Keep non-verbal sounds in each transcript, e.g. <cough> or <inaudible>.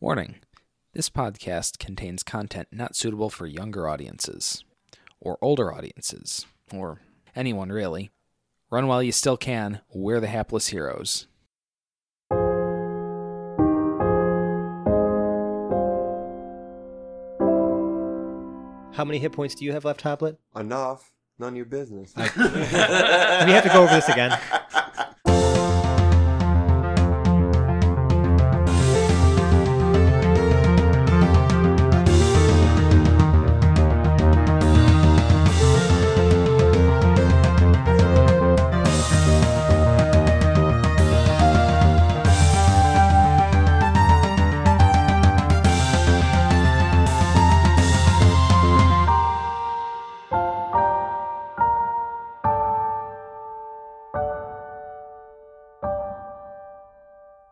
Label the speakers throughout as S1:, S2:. S1: Warning This podcast contains content not suitable for younger audiences, or older audiences, or anyone really. Run while you still can, we're the hapless heroes.
S2: How many hit points do you have left, Hoplet?
S3: enough. None of your business. <laughs>
S2: We have to go over this again. <laughs>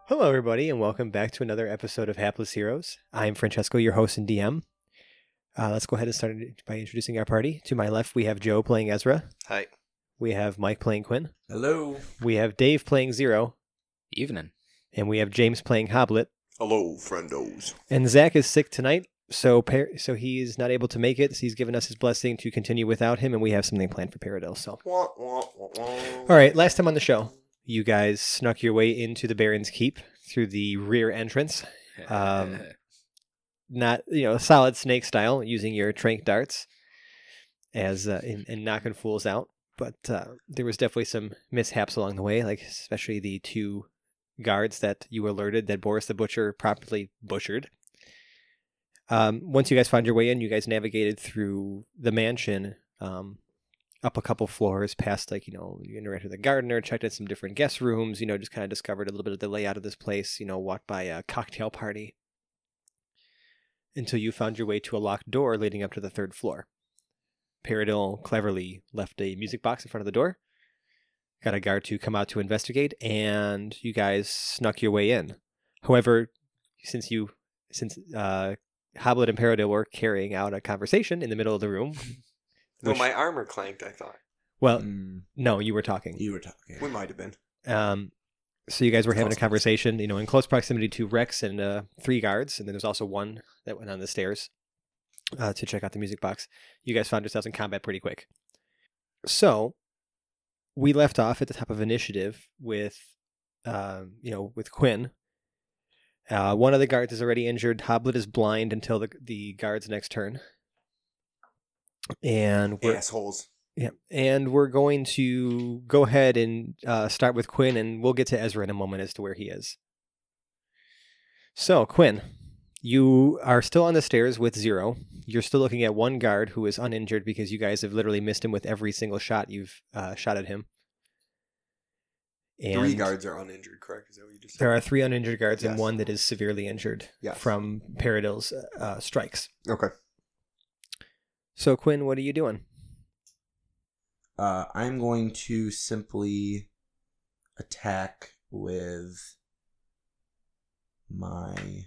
S2: Hello, everybody, and welcome back to another episode of Hapless Heroes. I'm Francesco, your host and DM. Uh, let's go ahead and start it by introducing our party. To my left, we have Joe playing Ezra.
S4: Hi.
S2: We have Mike playing Quinn.
S4: Hello.
S2: We have Dave playing Zero,
S1: Evening.
S2: and we have James playing Hoblet.
S3: Hello, friendos.
S2: And Zach is sick tonight, so par- so he is not able to make it. So he's given us his blessing to continue without him, and we have something planned for Paradil. So,
S3: Wah, wah, wah, wah. All
S2: all right, last time on the show, you guys snuck your way into the Baron's Keep through the rear entrance.
S3: <laughs>
S2: Um, not you know solid snake style using your trank darts as uh, and, and knocking fools out but uh, there was definitely some mishaps along the way like especially the two guards that you alerted that boris the butcher properly butchered um, once you guys found your way in you guys navigated through the mansion um, up a couple floors past like you know you interacted with the gardener checked out some different guest rooms you know just kind of discovered a little bit of the layout of this place you know walked by a cocktail party until you found your way to a locked door leading up to the third floor. Paradil cleverly left a music box in front of the door, got a guard to come out to investigate, and you guys snuck your way in. However, since you since uh Hoblet and Paradil were carrying out a conversation in the middle of the room,
S3: Well,
S2: which-
S3: my armor clanked, I thought.
S1: Hmm.
S2: well, no, you were talking.
S4: oh, you were
S3: We
S4: talking.
S3: might have been.
S2: Um, so you guys were having a
S4: Close.
S2: conversation, you know, in close proximity to Rex and uh, three guards, and then there's also one that went on the stairs uh, to check out the music box. You guys found yourselves in combat pretty quick. So we left off at the top of initiative with, um, you know, with Quinn. Uh, one of the guards is already injured. Hoblet is blind until the the guard's next turn. And we're,
S3: Assholes.
S2: yeah, and we're going to go ahead and uh, start with Quinn, and we'll get to Ezra in a moment as to where he is. So, Quinn, you are still on the stairs with zero. You're still looking at one guard who is uninjured because you guys have literally missed him with every single shot you've uh, shot at him. And
S3: Three guards are uninjured, correct? Is that what you just said?
S2: There are three uninjured guards and
S3: Yes.
S2: one that is severely injured
S3: Yes.
S2: from Paradil's uh, strikes.
S3: Okay.
S2: So, Quinn, what are you doing?
S4: Uh, I'm going to simply attack with my.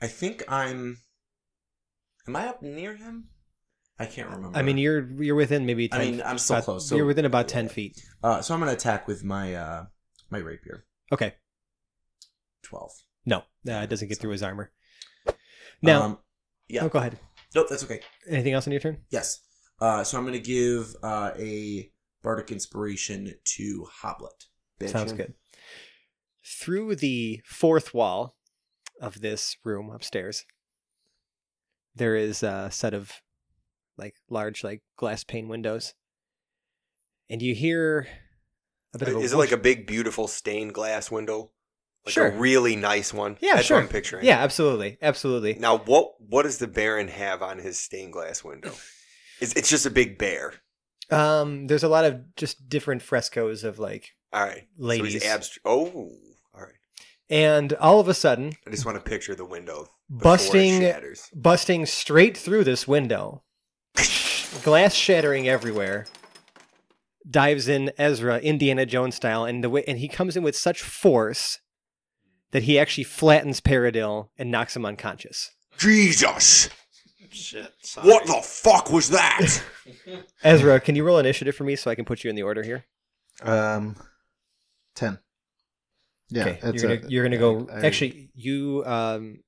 S3: I think I'm. Am I up near him? I can't remember.
S2: I mean, you're you're within maybe. 10
S4: I mean, I'm so
S2: about-
S4: close. So
S2: you're within about ten feet.
S4: Uh, so I'm gonna attack with my uh my rapier.
S2: Okay.
S4: Twelve.
S2: No, uh, it doesn't get through his armor. Now,
S4: Um, yeah.
S2: oh, go ahead.
S4: Nope, that's okay.
S2: Anything else on your turn?
S4: Yes. Uh, so I'm gonna give uh a bardic inspiration to Hoblet.
S3: Bitchin'.
S2: Sounds good. Through the fourth wall of this room upstairs, there is a set of like large like glass pane windows, and you hear a bit of a
S3: Is it
S2: whoosh.
S3: like a big, beautiful stained glass window? Like
S2: Sure.
S3: a really nice one?
S2: Yeah,
S3: That's
S2: sure.
S3: what I'm picturing.
S2: yeah, absolutely, absolutely.
S3: Now, what what does the Baron have on his stained
S2: <sighs>
S3: glass window? It's, it's just a big bear.
S2: Um, there's a lot of just different frescoes of like,
S3: All right. So
S2: Ladies.
S3: he's abstract. Oh, all right.
S2: and all of a sudden,
S3: I just want to picture the window. before it
S2: busting
S3: shatters.
S2: busting straight through this window, glass shattering everywhere. Dives in Ezra, Indiana Jones style, and the way, and he comes in with such force that he actually flattens Paradil and knocks him unconscious.
S3: Jesus!
S4: Shit.
S3: What the fuck was that?
S2: Ezra, can you roll initiative for me so I can put you in the order here?
S4: Um, ten.
S5: Um, Yeah,
S2: okay,
S5: it's
S2: you're
S5: a-
S2: gonna, you're gonna go.
S5: I- I-
S2: actually, you um,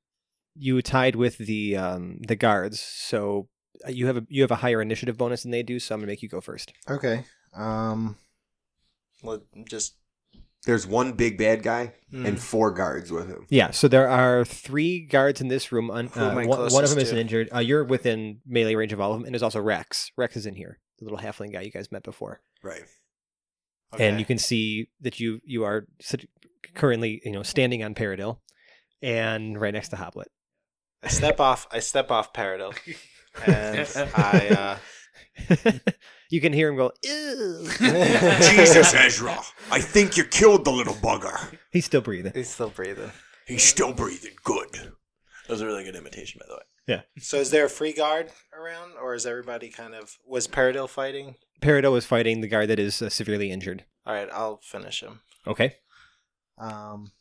S2: you tied with the um the guards, so uh, you have a you have a higher initiative bonus than they do. So I'm gonna make you go first.
S5: Okay. Um.
S3: Let, just <laughs> there's one big bad guy
S6: hmm,
S3: and four guards with him.
S2: Yeah. So there are three guards in this room. Un,
S6: Who am
S2: uh,
S6: I
S2: one, one of
S6: closest
S2: them is an
S6: to?
S2: injured. Uh, you're within melee range of all of them, and there's also Rex. Rex is in here, the little halfling guy you guys met before,
S3: Right.
S2: and you can see that you you are sit- currently you know standing on Paradil, and right next to Hoblet.
S6: I step off. I step off Paradil, <laughs> and I. Uh,
S2: <laughs> you can hear him go.
S6: <laughs>
S2: "Ew." <laughs>
S4: <laughs>
S3: Jesus, Ezra. I think you killed the little bugger.
S2: He's still breathing.
S6: he's still breathing.
S3: He's still breathing. Good. That was a really good imitation, by the way.
S6: So is there a free guard around, or is everybody kind of was Paradil fighting?
S2: Peridot is fighting the guy that is uh, severely injured.
S6: All right, I'll finish him.
S2: Okay.
S5: Um.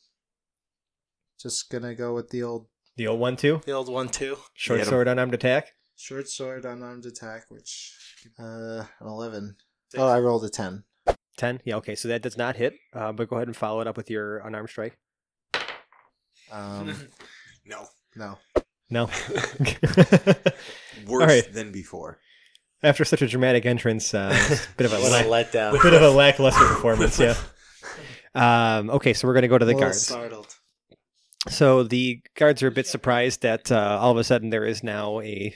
S5: Just gonna go with the old
S2: The old one too.
S6: The old one too.
S2: Short
S3: Hit him.
S2: sword unarmed attack.
S5: short sword unarmed attack, which uh an eleven. Oh, I rolled a ten.
S2: Ten. Yeah. Okay. So that does not hit. Uh, but go ahead and follow it up with your unarmed strike.
S5: Um.
S6: <laughs>
S3: <laughs> No.
S5: no.
S2: No.
S3: Worse
S2: All right.
S3: than before.
S2: <laughs> After such a dramatic entrance, uh, it's a bit
S5: <laughs>
S2: of a
S6: What a
S2: lack,
S6: letdown.
S2: bit of a lackluster performance. Yeah. Um, okay, so we're going to go to the
S5: Well,
S2: guards.
S6: Startled.
S2: So the guards are a bit surprised that uh, all of a sudden there is now a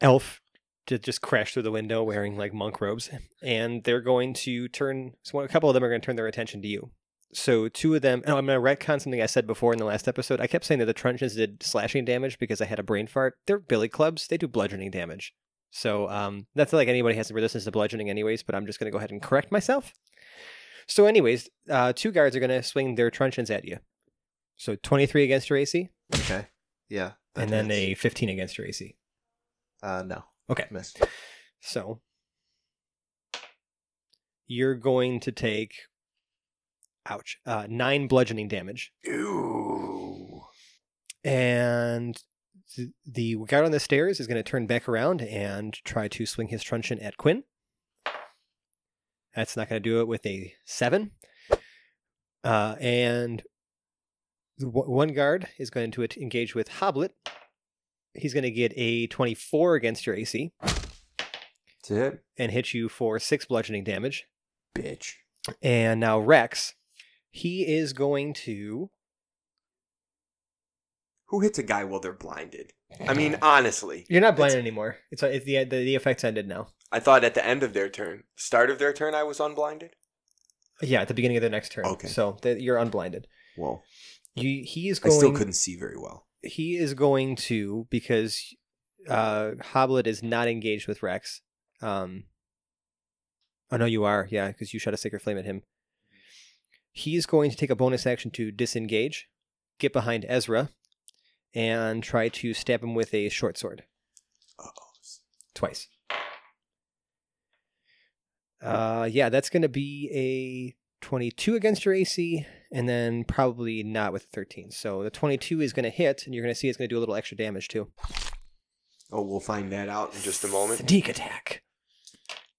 S2: elf to just crash through the window wearing like monk robes, and they're going to turn. So one- a couple of them are going to turn their attention to you. So two of them. Oh, I'm going to retcon something I said before in the last episode. I kept saying that the truncheons did slashing damage because I had a brain fart. They're billy clubs. They do bludgeoning damage. So um, that's not like anybody has resistance to bludgeoning, anyways. But I'm just going to go ahead and correct myself. So, anyways, uh, two guards are going to swing their truncheons at you. So 23 against your AC,
S5: Okay. Yeah. that
S2: and then
S5: hits.
S2: a 15 against your AC.
S5: Uh no.
S2: Okay.
S5: Missed.
S2: So you're going to take, ouch, uh, nine bludgeoning damage.
S3: Ew.
S2: And th- the guard on the stairs is going to turn back around and try to swing his truncheon at Quinn. That's not going to do it with a seven. Uh, and the w- one guard is going to at- engage with Hoblet. He's going to get a 24 against your AC
S3: That's it,
S2: and hit you for six bludgeoning damage.
S3: bitch.
S2: And now Rex, he is going to.
S3: Who hits a guy while they're blinded? I mean, honestly,
S2: You're not blinded anymore. It's, it's the, the the effects ended now.
S3: I thought at the end of their turn, start of their turn, I was unblinded.
S2: Yeah, at the beginning of their next turn.
S3: Okay.
S2: So that you're unblinded.
S3: Well,
S2: You, he is
S3: I
S2: going.
S3: still couldn't see very well.
S2: He is going to because uh Hoblet is not engaged with Rex. Um. Oh no, you are. Yeah, because you shot a sacred flame at him. He's going to take a bonus action to disengage, get behind Ezra, and try to stab him with a short sword.
S3: Uh-oh.
S2: twice. Uh, yeah, that's going to be a 22 against your AC, and then probably not with 13. So the 22 is going to hit, and you're going to see it's going to do a little extra damage too.
S3: Oh, we'll find that out in just a moment.
S2: Sneak attack.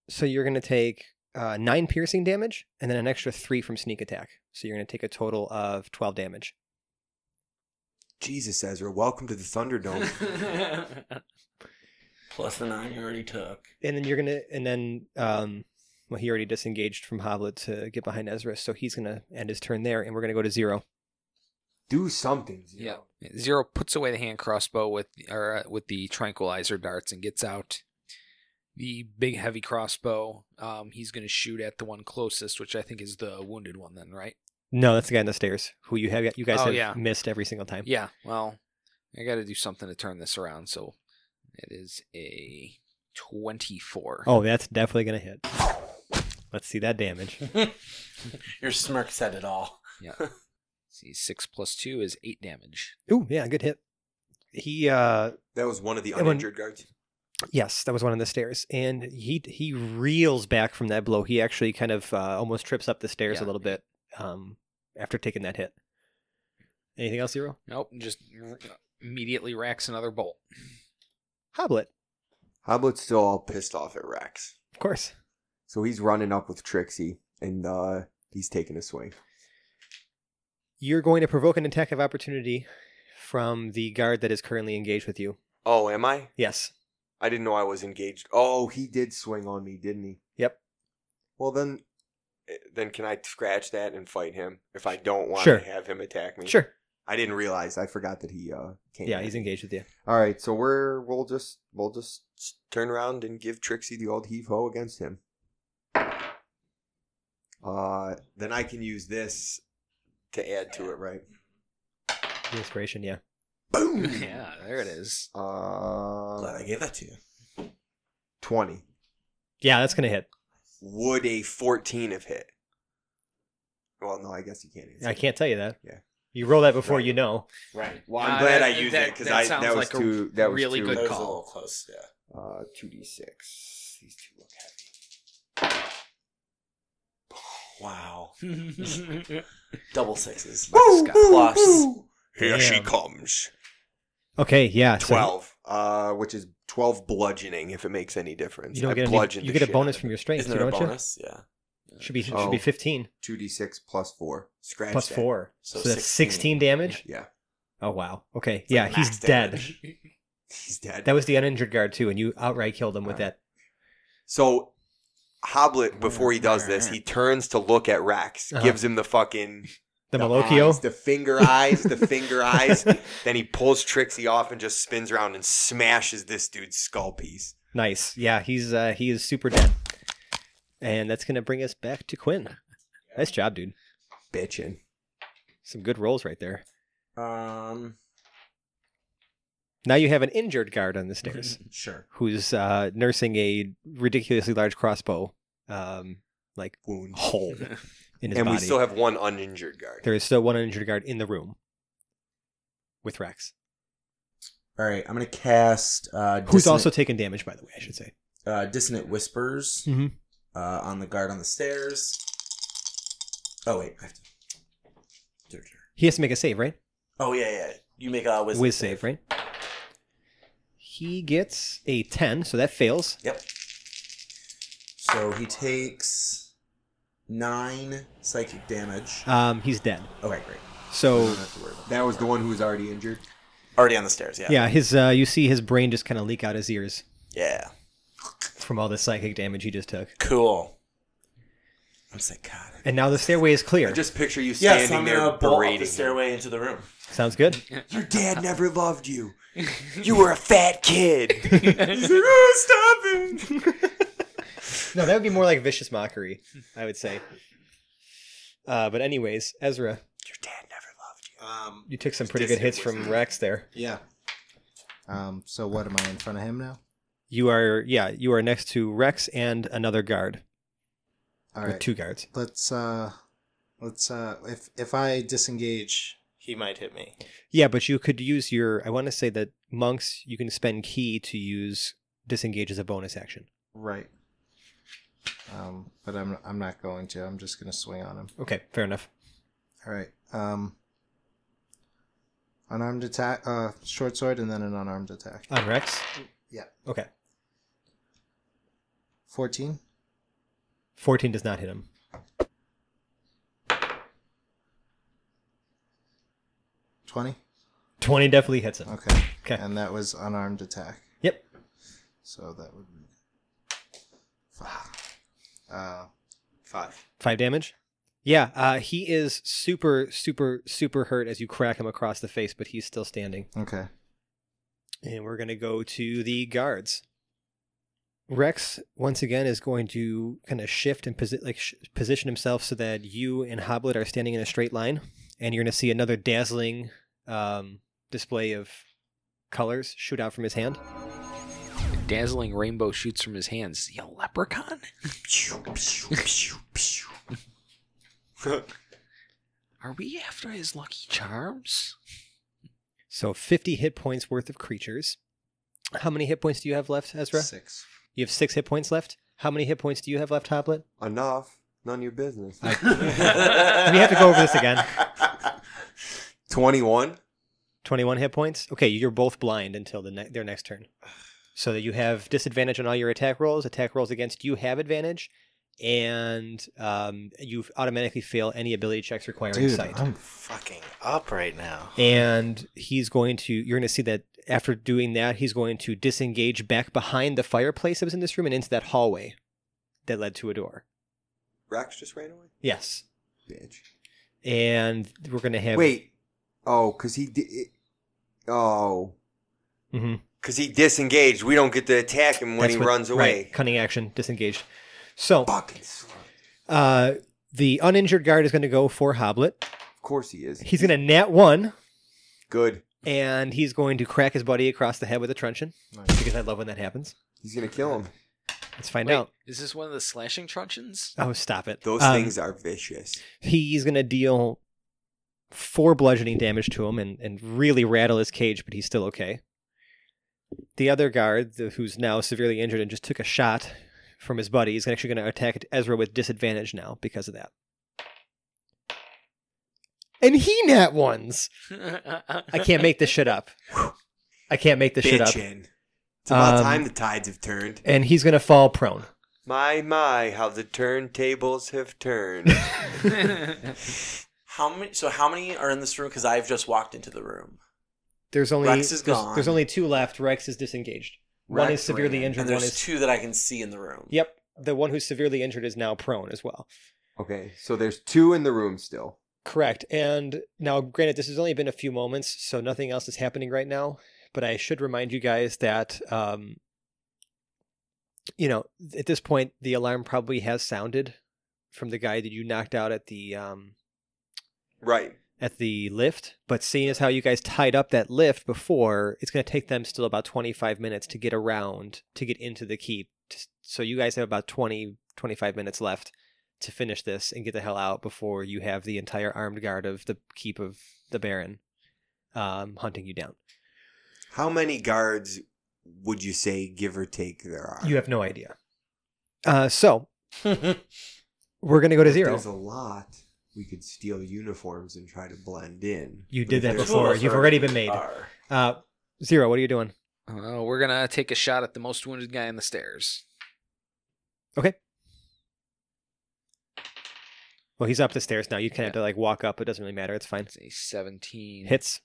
S2: So you're going to take uh, nine piercing damage, and then an extra three from sneak attack. So you're going to take a total of 12 damage.
S3: Jesus, Ezra, welcome to the Thunderdome. <laughs>
S4: Plus the nine you already took.
S2: And then you're going to, and then, um, well, he already disengaged from Hoblet to get behind Ezra, so he's going to end his turn there, and we're going to go to zero.
S3: Do something. Zero.
S1: Yeah. Zero puts away the hand crossbow with or uh, with the tranquilizer darts and gets out the big heavy crossbow. Um, he's going to shoot at the one closest, which I think is the wounded one. Then, right?
S2: No, that's the guy on the stairs who you have you guys
S1: Oh,
S2: have
S1: yeah.
S2: missed every single time.
S1: Yeah. Well, I got to do something to turn this around. So it is a twenty-four.
S2: Oh, that's definitely gonna hit. Let's see that damage.
S6: Your smirk said it all.
S1: See, six plus two is eight damage.
S2: Ooh, yeah, good hit. He uh
S3: That was one of the
S2: And when-
S3: uninjured guards.
S2: yes, that was one on the stairs. And he he reels back from that blow. He actually kind of uh, almost trips up the stairs
S1: Yeah.
S2: a little bit um after taking that hit. Anything else, Zero?
S1: Nope. Just r- immediately racks another bolt. <laughs>
S2: Hoblet,
S3: Hoblet's still all pissed off at Rex.
S2: of course.
S3: So he's running up with Trixie and uh, he's taking a swing.
S2: You're going to provoke an attack of opportunity from the guard that is currently engaged with you.
S3: Oh, am I?
S2: Yes.
S3: I didn't know I was engaged. Oh, he did swing on me, didn't he?
S2: Yep.
S3: Well, then, eh, then can I scratch that and fight him if I don't want
S2: Sure.
S3: to have him attack me?
S2: Sure.
S3: I didn't realize. I forgot that he uh came.
S2: Yeah,
S3: at
S2: he's
S3: me.
S2: engaged with you.
S3: All right, so we're we'll just we'll just s- turn around and give Trixie the old heave ho against him. Uh, then I can use this to add to it, right?
S2: The inspiration, yeah.
S3: Boom.
S1: <laughs> yeah, there it
S2: <laughs>
S1: is.
S3: Uh,
S4: Glad I gave that to you.
S3: twenty.
S2: Yeah, that's going to hit.
S3: Would a fourteen have hit? Well, no, I guess you can't. Answer.
S2: I can't tell you that.
S3: Yeah.
S2: You roll that before
S3: Right.
S2: you know.
S4: Right.
S3: Well, I'm
S1: Uh,
S3: glad I
S1: that-
S3: used
S1: that-
S3: it because
S1: that
S3: I
S1: sounds
S3: that was
S1: like a
S3: too that was
S1: really
S3: too,
S1: good
S4: That was a
S1: call.
S4: little close. Yeah.
S3: Uh, two d six. These two look heavy.
S4: Wow. Double sixes.
S1: Woo,
S4: Nice, Scott. Plus.
S3: Here she
S2: Damn.
S3: comes.
S2: Okay, yeah. so
S3: Twelve, uh, which is twelve bludgeoning, if it makes any difference.
S2: you don't
S3: I
S2: get any,
S3: bludgeoned
S2: you
S3: the
S2: get a
S3: shit
S2: bonus
S3: out of
S2: from
S3: it.
S2: your strength,
S4: Isn't
S2: too,
S4: there a
S2: don't you?
S4: bonus? Yeah.
S2: Should be should
S3: Oh.
S2: be 15
S3: two d six plus four. Scratch
S2: plus
S3: that.
S2: 4. So,
S4: So
S2: that's 16
S4: 16.
S2: damage?
S3: Yeah,
S2: Oh wow. Okay. yeah,
S4: like
S2: he's
S4: max
S2: dead.
S4: damage.
S3: <laughs> he's
S2: <laughs>
S3: dead.
S2: That was the uninjured guard too and you outright killed him with
S3: Alright.
S2: that.
S3: so Hoblet, before he does this, he turns to look at Rax,
S2: Oh, Uh-huh.
S3: gives him the fucking
S2: The,
S3: the eyes,
S2: Malocchio.
S3: the finger
S2: <laughs>
S3: eyes, the finger eyes. <laughs> Then he pulls Trixie off and just spins around and smashes this dude's skull piece.
S2: Nice. Yeah, he's uh he is super dead. And that's gonna bring us back to Quinn. Nice job, dude.
S3: Bitchin'.
S2: Some good rolls right there.
S4: Um.
S2: Now you have an injured guard on the
S3: Mm-hmm.
S2: stairs
S4: Sure.
S2: who's uh nursing a ridiculously large crossbow um like
S3: Wound. <laughs>
S2: hole in his
S3: And
S2: body.
S3: we still have one uninjured guard.
S2: there is still one uninjured guard in the room with Rex.
S4: All right. I'm gonna cast. Uh,
S2: Who's
S4: Dissonant-
S2: also taken damage, by the way, I should say.
S4: uh, dissonant whispers
S2: Mhm.
S4: uh, on the guard on the stairs. Oh wait, I have to. Dur, dur.
S2: He has to make a save, right?
S4: Oh yeah, yeah. You make a
S2: Whiz,
S4: wisdom
S2: save, right? He gets a 10, so that fails.
S4: Yep. So he takes nine psychic damage.
S2: Um, he's dead.
S4: Okay, great.
S2: So
S4: Don't have to worry about that.
S3: That was the one who was already injured.
S4: Already on the stairs. Yeah.
S2: yeah, his uh, you see his brain just kind of leak out his ears
S4: Yeah.
S2: from all the psychic damage he just took.
S4: Cool. I'm psychotic.
S2: And now the stairway is clear.
S3: I just picture you standing
S4: Yes, I'm
S3: there
S4: gonna bolt
S3: berating
S4: up the
S3: him.
S4: stairway into the room.
S2: Sounds good.
S3: Your dad never
S2: <laughs>
S3: loved you. You were a fat kid. He's like, oh, stop it.
S2: No, that would be more like vicious mockery, I would say. Uh, but anyways, Ezra,
S3: Your dad never loved you.
S6: Um,
S2: you took some pretty good hits from Rex there.
S6: yeah.
S5: Um, so what am I in front of him now?
S2: You are yeah, you are next to Rex and another guard.
S5: All
S2: or
S5: right.
S2: two guards.
S5: Let's uh, let's uh, if if I disengage,
S6: He might hit me.
S2: Yeah, but you could use your. I want to say that monks, you can spend key to use disengage as a bonus action.
S5: right. Um, but I'm I'm not going to. I'm just gonna swing on him.
S2: Okay, fair enough.
S5: All right. Um, unarmed attack, uh, short sword, and then an unarmed attack.
S2: On Rex.
S5: Yeah.
S2: Okay.
S5: Fourteen.
S2: 14 does not hit him.
S5: Twenty.
S2: 20 definitely hits him.
S5: Okay.
S2: Okay.
S5: And that was unarmed attack.
S2: Yep.
S5: So that would be. Fuck. Uh, five.
S2: Five damage. Yeah, uh, he is super, super, super hurt as you crack him across the face, but he's still standing.
S5: Okay.
S2: And we're going to go to the guards. Rex, once again, is going to kind of shift and posi- like sh- position himself so that you and Hoblet are standing in a straight line. And you're going to see another dazzling um, display of colors shoot out from his hand.
S1: Dazzling rainbow shoots from his hands. Is he a leprechaun?
S2: <laughs>
S3: Pew, pew, pew, pew.
S1: Are we after his lucky charms?
S2: So 50 hit points worth of creatures. How many hit points do you have left, Ezra?
S5: Six.
S2: You have six hit points left. How many hit points do you have left, Hoblet?
S3: <laughs> Enough. None of your business. <laughs>
S2: I- We have to go over this again.
S3: 21.
S2: 21 hit points. Okay, you're both blind until the ne- their next turn. So that you have disadvantage on all your attack rolls. Attack rolls against you have advantage, and um, you automatically fail any ability checks requiring
S5: Dude,
S2: sight.
S3: oh.
S5: I'm
S6: Fucking up right now.
S2: and he's going to you're going to see that after doing that he's going to disengage back behind the fireplace that was in this room and into that hallway that led to a door
S3: Rex just ran away.
S2: yes
S3: Bitch.
S2: and we're going to have
S3: Wait. Oh, because he did. It... Oh.
S2: Mhm.
S3: Because he disengaged. We don't get to attack him when
S2: That's
S3: he
S2: what-
S3: runs
S2: right,
S3: away.
S2: cunning action disengaged so
S3: Fucking slut.
S2: uh the uninjured guard is going to go for hoblet
S3: Of course he is.
S2: he's going to nat one
S3: Good.
S2: and he's going to crack his buddy across the head with a truncheon
S5: nice.
S2: because i love when that happens
S3: He's going to kill him.
S2: let's find
S1: Wait,
S2: out
S1: is this one of the slashing truncheons?
S2: oh stop it
S3: Those
S2: Um,
S3: things are vicious.
S2: he's going to deal four bludgeoning damage to him and, and really rattle his cage, but he's still okay. The other guard, the, who's now severely injured and just took a shot from his buddy, is actually going to attack Ezra with disadvantage now because of that. And he nat ones. I
S1: <laughs>
S2: <laughs> can't make this shit up.
S3: <laughs>
S2: I can't make this shit up.
S3: Bitchin'. It's about
S2: Um,
S3: time the tides have turned.
S2: And he's going to fall prone.
S3: My, my, how the turntables have
S2: <laughs>
S3: turned.
S4: How many? So how many are in this room? Because I've just walked into the room.
S2: There's only
S4: Rex is
S2: there's,
S4: gone.
S2: there's only two left. Rex is disengaged. one is
S3: Rex
S2: severely
S3: ran.
S2: injured.
S4: And
S2: One
S4: there's
S2: is
S4: two that I can see in the room.
S2: Yep. The one who's severely injured is now prone as well.
S3: Okay, so there's two in the room still.
S2: Correct. And now, granted, this has only been a few moments, so nothing else is happening right now. But I should remind you guys that, um, you know, at this point, the alarm probably has sounded from the guy that you knocked out at the um,
S3: Right.
S2: at the lift. But seeing as how you guys tied up that lift before, it's going to take them still about 25 minutes to get around to get into the keep. Just- So you guys have about 20, 25 minutes left to finish this and get the hell out before you have the entire armed guard of the keep of the Baron um, hunting you down.
S3: How many guards would you say, give or take, there are?
S2: You have no idea. Uh, <laughs> so we're going to go to zero.
S3: There's a lot. We could steal uniforms and try to blend in.
S2: You
S3: But
S2: did
S3: if
S2: that
S3: there's-
S4: Two of
S2: before.
S4: us
S2: You've
S4: are-
S2: already been made.
S4: are.
S2: Uh, zero, what are you doing?
S1: Uh, we're gonna take a shot at the most wounded guy on the stairs.
S2: Well, he's up the stairs now. You kind of have to like walk up. It doesn't really matter. It's fine.
S1: It's a seventeen.
S2: Hits.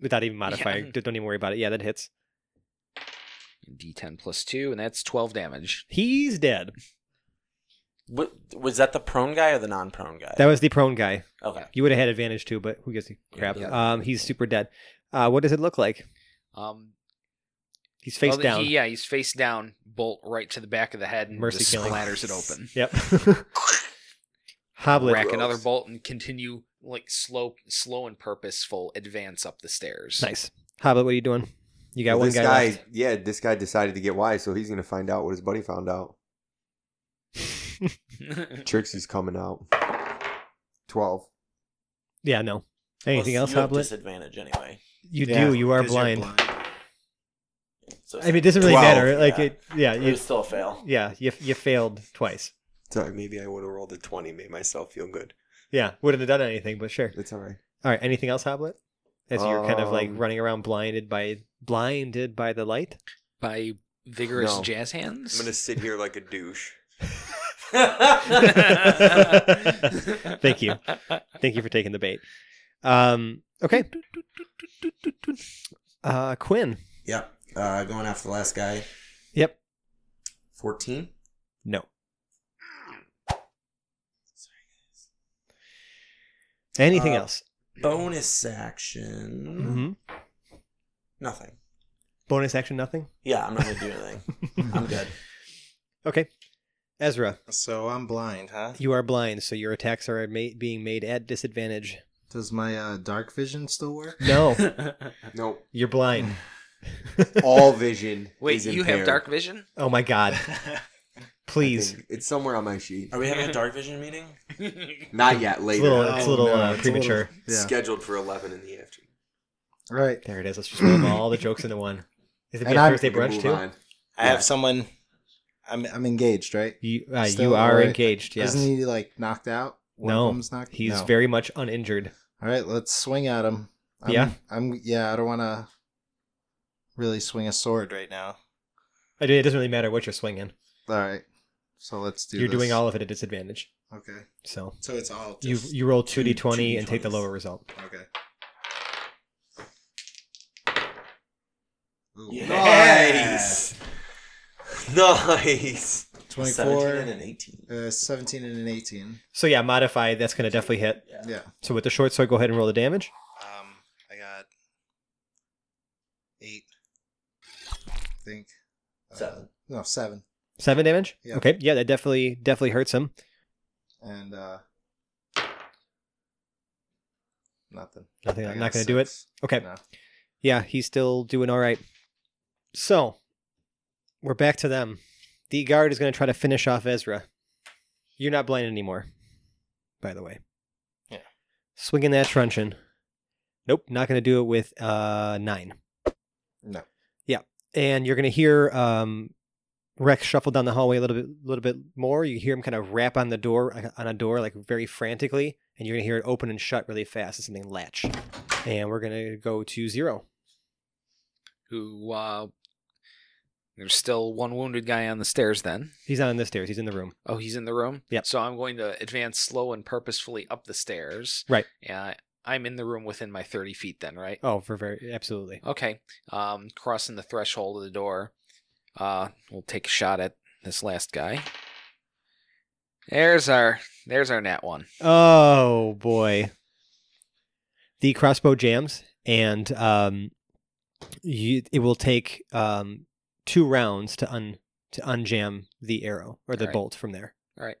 S2: Without even modifying.
S1: Yeah.
S2: D- Don't even worry about it. Yeah, that hits.
S1: D10 plus two, and that's twelve damage.
S2: He's dead.
S4: What, was that the prone guy or the non-prone guy?
S2: That was the prone guy.
S4: okay.
S2: You would have had advantage too, but who gives a crap?
S1: Yeah.
S2: Um, he's super dead. Uh, what does it look like?
S1: Um,
S2: He's face
S1: well,
S2: down.
S1: He, uh, yeah, he's face down, bolt right to the back of the head, and
S2: Mercy
S1: just
S2: killing.
S1: splatters it open. <laughs>
S2: Yep. Hoblet.
S1: Rack
S3: Gross.
S1: another bolt and continue like slow, slow and purposeful advance up the stairs.
S2: Nice. Hoblet, what are you doing? You got
S3: Well,
S2: one
S3: this
S2: guy,
S3: guy,
S2: left.
S3: yeah, this guy decided to get wise, so he's gonna find out what his buddy found out. Trixie's coming out. Twelve.
S2: Yeah, no. Anything
S4: Plus,
S2: else,
S4: you have
S2: Hoblet?
S4: Disadvantage anyway.
S2: You
S5: Yeah,
S2: do. You are
S5: 'cause you're
S2: blind.
S4: So
S2: I mean, it doesn't really
S3: 12,
S2: matter. Like
S4: yeah.
S2: it. Yeah.
S4: it
S2: You,
S4: was still a fail.
S2: yeah. You you failed twice.
S3: Sorry, maybe I would have rolled a twenty, made myself feel good.
S2: Yeah. Wouldn't have done anything, but sure.
S3: It's all right.
S2: All right. Anything else, Hoblet? As you're kind of like
S3: Um,
S2: running around blinded by blinded by the light.
S1: <laughs> By vigorous
S3: No.
S1: jazz hands.
S3: I'm gonna sit here like a douche.
S2: <laughs> Thank you. Thank you for taking the bait. Um, okay. Uh, Quinn.
S4: Yep. Uh, going after the last guy.
S2: Yep.
S4: 14.
S2: No. Anything
S4: Uh,
S2: else?
S4: Bonus action.
S2: Mm-hmm.
S4: Nothing.
S2: Bonus action? Nothing.
S4: Yeah, I'm not going to do anything.
S2: <laughs>
S4: I'm good.
S2: Okay. Ezra,
S5: So I'm blind, huh?
S2: you are blind, so your attacks are ma- being made at disadvantage.
S5: Does my uh, dark vision still work?
S2: No,
S3: <laughs> Nope.
S2: <laughs> you're blind.
S3: All vision.
S1: <laughs> Wait,
S3: is
S1: you have
S3: impaired.
S1: dark vision?
S2: oh my
S6: <laughs>
S2: god!
S3: I
S2: Please,
S3: think It's somewhere on my sheet.
S4: Are we having a dark vision meeting?
S3: <laughs> Not yet.
S2: it's a
S3: Later. Um,
S2: little, it's a
S5: Oh,
S2: little
S5: no,
S2: uh,
S5: it's a
S2: premature.
S5: little- yeah.
S3: Scheduled for eleven in the afternoon.
S5: Right.
S2: There it is. Let's just roll all the jokes into one. Is it be
S5: And
S2: a
S5: I'm-
S2: Thursday
S3: We can
S2: brunch
S3: move
S2: too?
S3: on.
S6: I have someone. I'm
S5: I'm engaged, right?
S2: You, uh, you
S5: Still,
S2: are
S5: right?
S2: engaged. Yes,
S5: Isn't he like knocked out?
S2: No,
S5: of them's knocked.
S2: he's
S5: no.
S2: very much uninjured.
S5: All right, let's swing at him. I'm,
S2: Yeah.
S5: I'm. Yeah, I don't want to really swing a sword right now.
S2: I mean, it doesn't really matter what you're swinging.
S5: All right. So let's do
S2: You're
S5: this.
S2: doing all of it at disadvantage.
S5: Okay.
S2: So
S5: So it's all
S2: you
S5: just.
S2: you roll two
S5: two-
S2: d twenty
S5: two
S2: and take the
S5: D20s.
S2: lower result.
S5: Okay. Ooh.
S3: Nice. Nice.
S5: 24,
S4: 17 and an 18.
S5: uh, 17 and an 18.
S2: So yeah, modify. That's gonna definitely hit.
S5: Yeah.
S2: So with the short sword, go ahead and roll the damage.
S6: Um, I got eight.
S5: I think. Uh,
S4: Seven.
S5: No, 7.
S2: Seven damage.
S5: Yeah.
S2: Okay. Yeah, that definitely definitely hurts him.
S5: And, uh. Nothing.
S2: Nothing.
S5: I
S2: I'm
S5: got
S2: not
S5: a
S2: gonna do it.
S5: six.
S2: Okay.
S5: No.
S2: Yeah, he's still doing all right. So we're back to them. The guard is gonna try to finish off Ezra. You're not blind anymore, by the way.
S6: Yeah.
S2: Swinging that truncheon. Nope, not gonna do it with uh nine.
S5: No.
S2: and you're gonna hear um, Rex shuffle down the hallway a little bit, little bit more. You hear him kind of rap on the door, uh, on a door, like very frantically, and you're gonna hear it open and shut really fast. It's something latch, and we're gonna go to zero.
S1: Who, uh, there's still one wounded guy on the stairs then.
S2: He's not on the stairs. He's in the room.
S1: Oh, he's in the room?
S2: Yep.
S1: So I'm going to advance slow and purposefully up the stairs.
S2: Right.
S1: Yeah. I'm in the room within my 30 feet then, right?
S2: Oh, for very absolutely.
S1: Okay. Um, crossing the threshold of the door. Uh, we'll take a shot at this last guy. There's our there's our nat one.
S2: Oh boy. The crossbow jams, and um, you, it will take um two rounds to un to unjam the arrow or the
S1: All right.
S2: bolt from there.
S1: All right.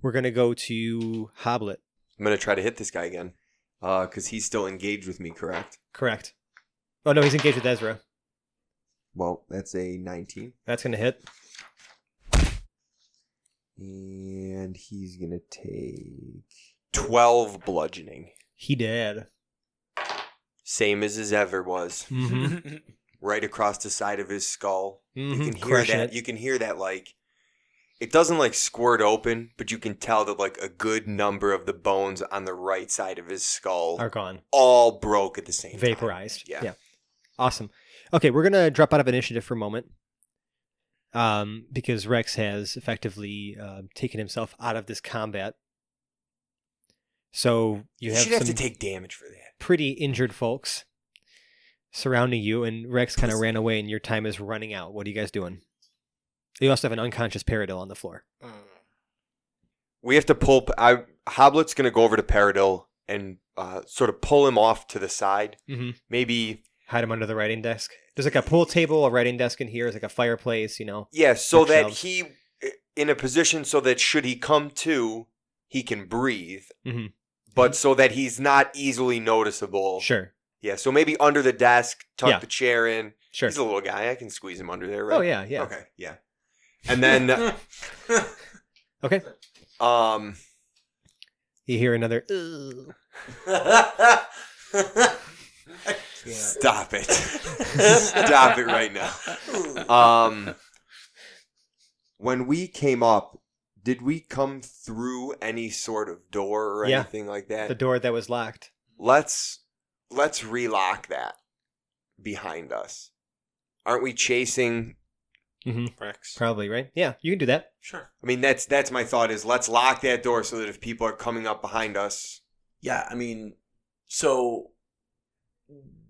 S2: We're gonna go to Hoblet.
S3: I'm gonna try to hit this guy again, uh, cause he's still engaged with me, correct?
S2: Correct. Oh no, he's engaged with Ezra.
S3: Well, that's a 19,
S2: That's gonna hit.
S3: and he's gonna take 12 bludgeoning,
S2: He did.
S3: same as his ever was,
S1: Mm-hmm.
S3: <laughs> right across the side of his skull.
S2: Mm-hmm.
S3: You can hear that. You can hear that like it doesn't like squirt open, but you can tell that like a good number of the bones on the right side of his skull
S2: are gone.
S3: all broke at the same time.
S2: Vaporized.
S3: Yeah.
S2: yeah. Awesome. Okay, we're gonna drop out of initiative for a moment. Um, because Rex has effectively uh, taken himself out of this combat. So you
S3: You,
S2: have
S3: should have to
S2: some
S3: take damage for that.
S2: pretty injured folks surrounding you, and Rex kind of ran away, and your time is running out. What are you guys doing? You also have an unconscious Paradil on the floor.
S6: Mm.
S3: We have to pull. P- I Hoblet's gonna go over to Paradil and uh, sort of pull him off to the side.
S2: Mm-hmm.
S3: Maybe
S2: hide them under the writing desk. There's like a pool table, a writing desk in here. There's like a fireplace, you know.
S3: yeah, so that
S2: Bookshelves.
S3: he in a position so that should he come to, he can breathe.
S2: Mhm.
S3: But so that he's not easily noticeable.
S2: Sure,
S3: Yeah, so maybe under the desk, tuck
S2: Yeah.
S3: the chair in.
S2: sure.
S3: He's a little guy. I can squeeze him under there, right?
S2: Oh yeah, yeah.
S3: Okay, yeah.
S2: <laughs>
S3: And then
S2: Okay.
S3: um
S2: You hear another.
S4: <laughs>
S3: stop it. <laughs> stop it right now. Um when we came up, did we come through any sort of door or
S2: Yeah.
S3: anything like that?
S2: The door that was locked.
S3: let's let's relock that behind us. Aren't we chasing
S2: Mm-hmm.
S4: Rex.
S2: Probably right. Yeah, you can do that.
S4: Sure.
S3: I mean, that's that's my thought is let's lock that door so that if people are coming up behind us,
S4: Yeah, I mean, so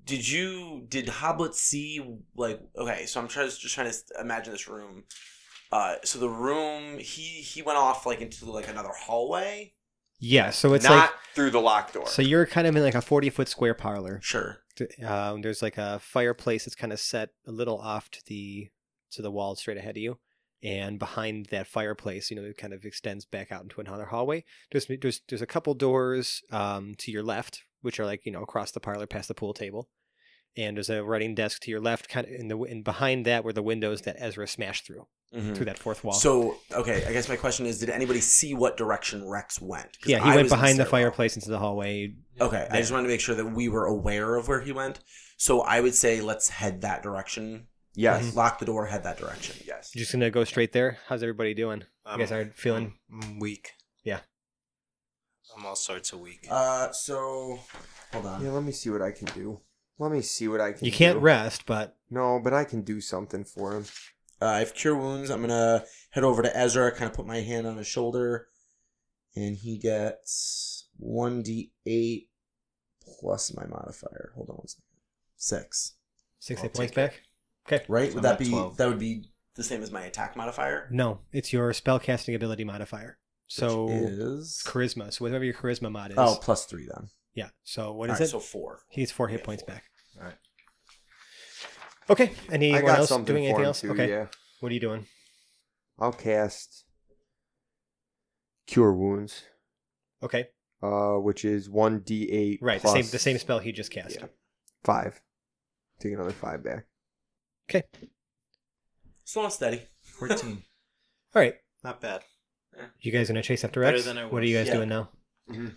S4: did you did Hoblet see like okay? So I'm trying just trying to imagine this room. Uh, so the room he he went off like into like another hallway.
S2: Yeah. So it's
S3: not through the locked door.
S2: like so you're kind of in like a forty foot square parlor.
S4: Sure.
S2: Um, there's like a fireplace that's kind of set a little off to the to the wall straight ahead of you, and behind that fireplace, you know, it kind of extends back out into another hallway. There's there's there's a couple doors um, to your left, which are like you know across the parlor past the pool table, and there's a writing desk to your left, kind of in the and behind that were the windows that Ezra smashed through through that fourth wall.
S4: Mm-hmm. So okay, I guess my question is, did anybody see what direction Rex went? 'Cause
S2: yeah, he
S4: I
S2: went
S4: was in
S2: behind the,
S4: stairwell.
S2: fireplace into the hallway.
S4: Okay, I
S2: there.
S4: just wanted to make sure that we were aware of where he went. So I would say let's head that direction.
S3: yes,
S2: Mm-hmm.
S4: Lock the door, head that direction.
S3: yes.
S2: You're Mhm. just gonna go straight there. How's everybody doing?
S4: Um,
S2: You guys aren't feeling
S6: I'm weak.
S2: Yeah.
S6: I'm all sorts of weak.
S4: Uh, so hold on.
S3: Yeah, let me see what I can do. Let me see what I can.
S2: you can't
S3: do.
S2: rest, but
S3: No, but I can do something for him.
S4: Uh, I have cure wounds. I'm gonna head over to Ezra. Kind of put my hand on his shoulder, and he gets one d8 plus my modifier. Hold on one second. Six.
S2: Six
S5: I'll
S2: hit points
S5: take
S2: back. Okay.
S4: Right?
S5: So
S4: would that
S5: I'm at
S4: be
S5: 12.
S4: that would be the same as my attack modifier?
S2: No, it's your spellcasting ability modifier. So
S4: which is
S2: charisma. So whatever your charisma mod is.
S4: oh plus three then.
S2: Yeah. So what is
S4: All right,
S2: it?
S4: So four.
S2: he gets four hit
S4: Yeah,
S2: points
S4: four.
S2: back.
S5: All right.
S2: Okay. Anyone
S3: I got
S2: else
S3: something
S2: doing anything
S3: for him
S2: else?
S3: too.
S2: okay.
S3: Yeah,
S2: What are you doing?
S3: I'll cast Cure Wounds,
S2: Okay.
S3: uh, which is one d eight.
S2: Right. The same. The same spell he just cast.
S3: Yeah. Five. Take another five back.
S4: Slow and steady.
S5: 14.
S2: All right.
S6: Not bad.
S2: You guys gonna chase after
S6: Better
S2: Rex?
S6: than I
S2: What are you
S6: was.
S2: guys
S4: Yeah.
S2: doing now?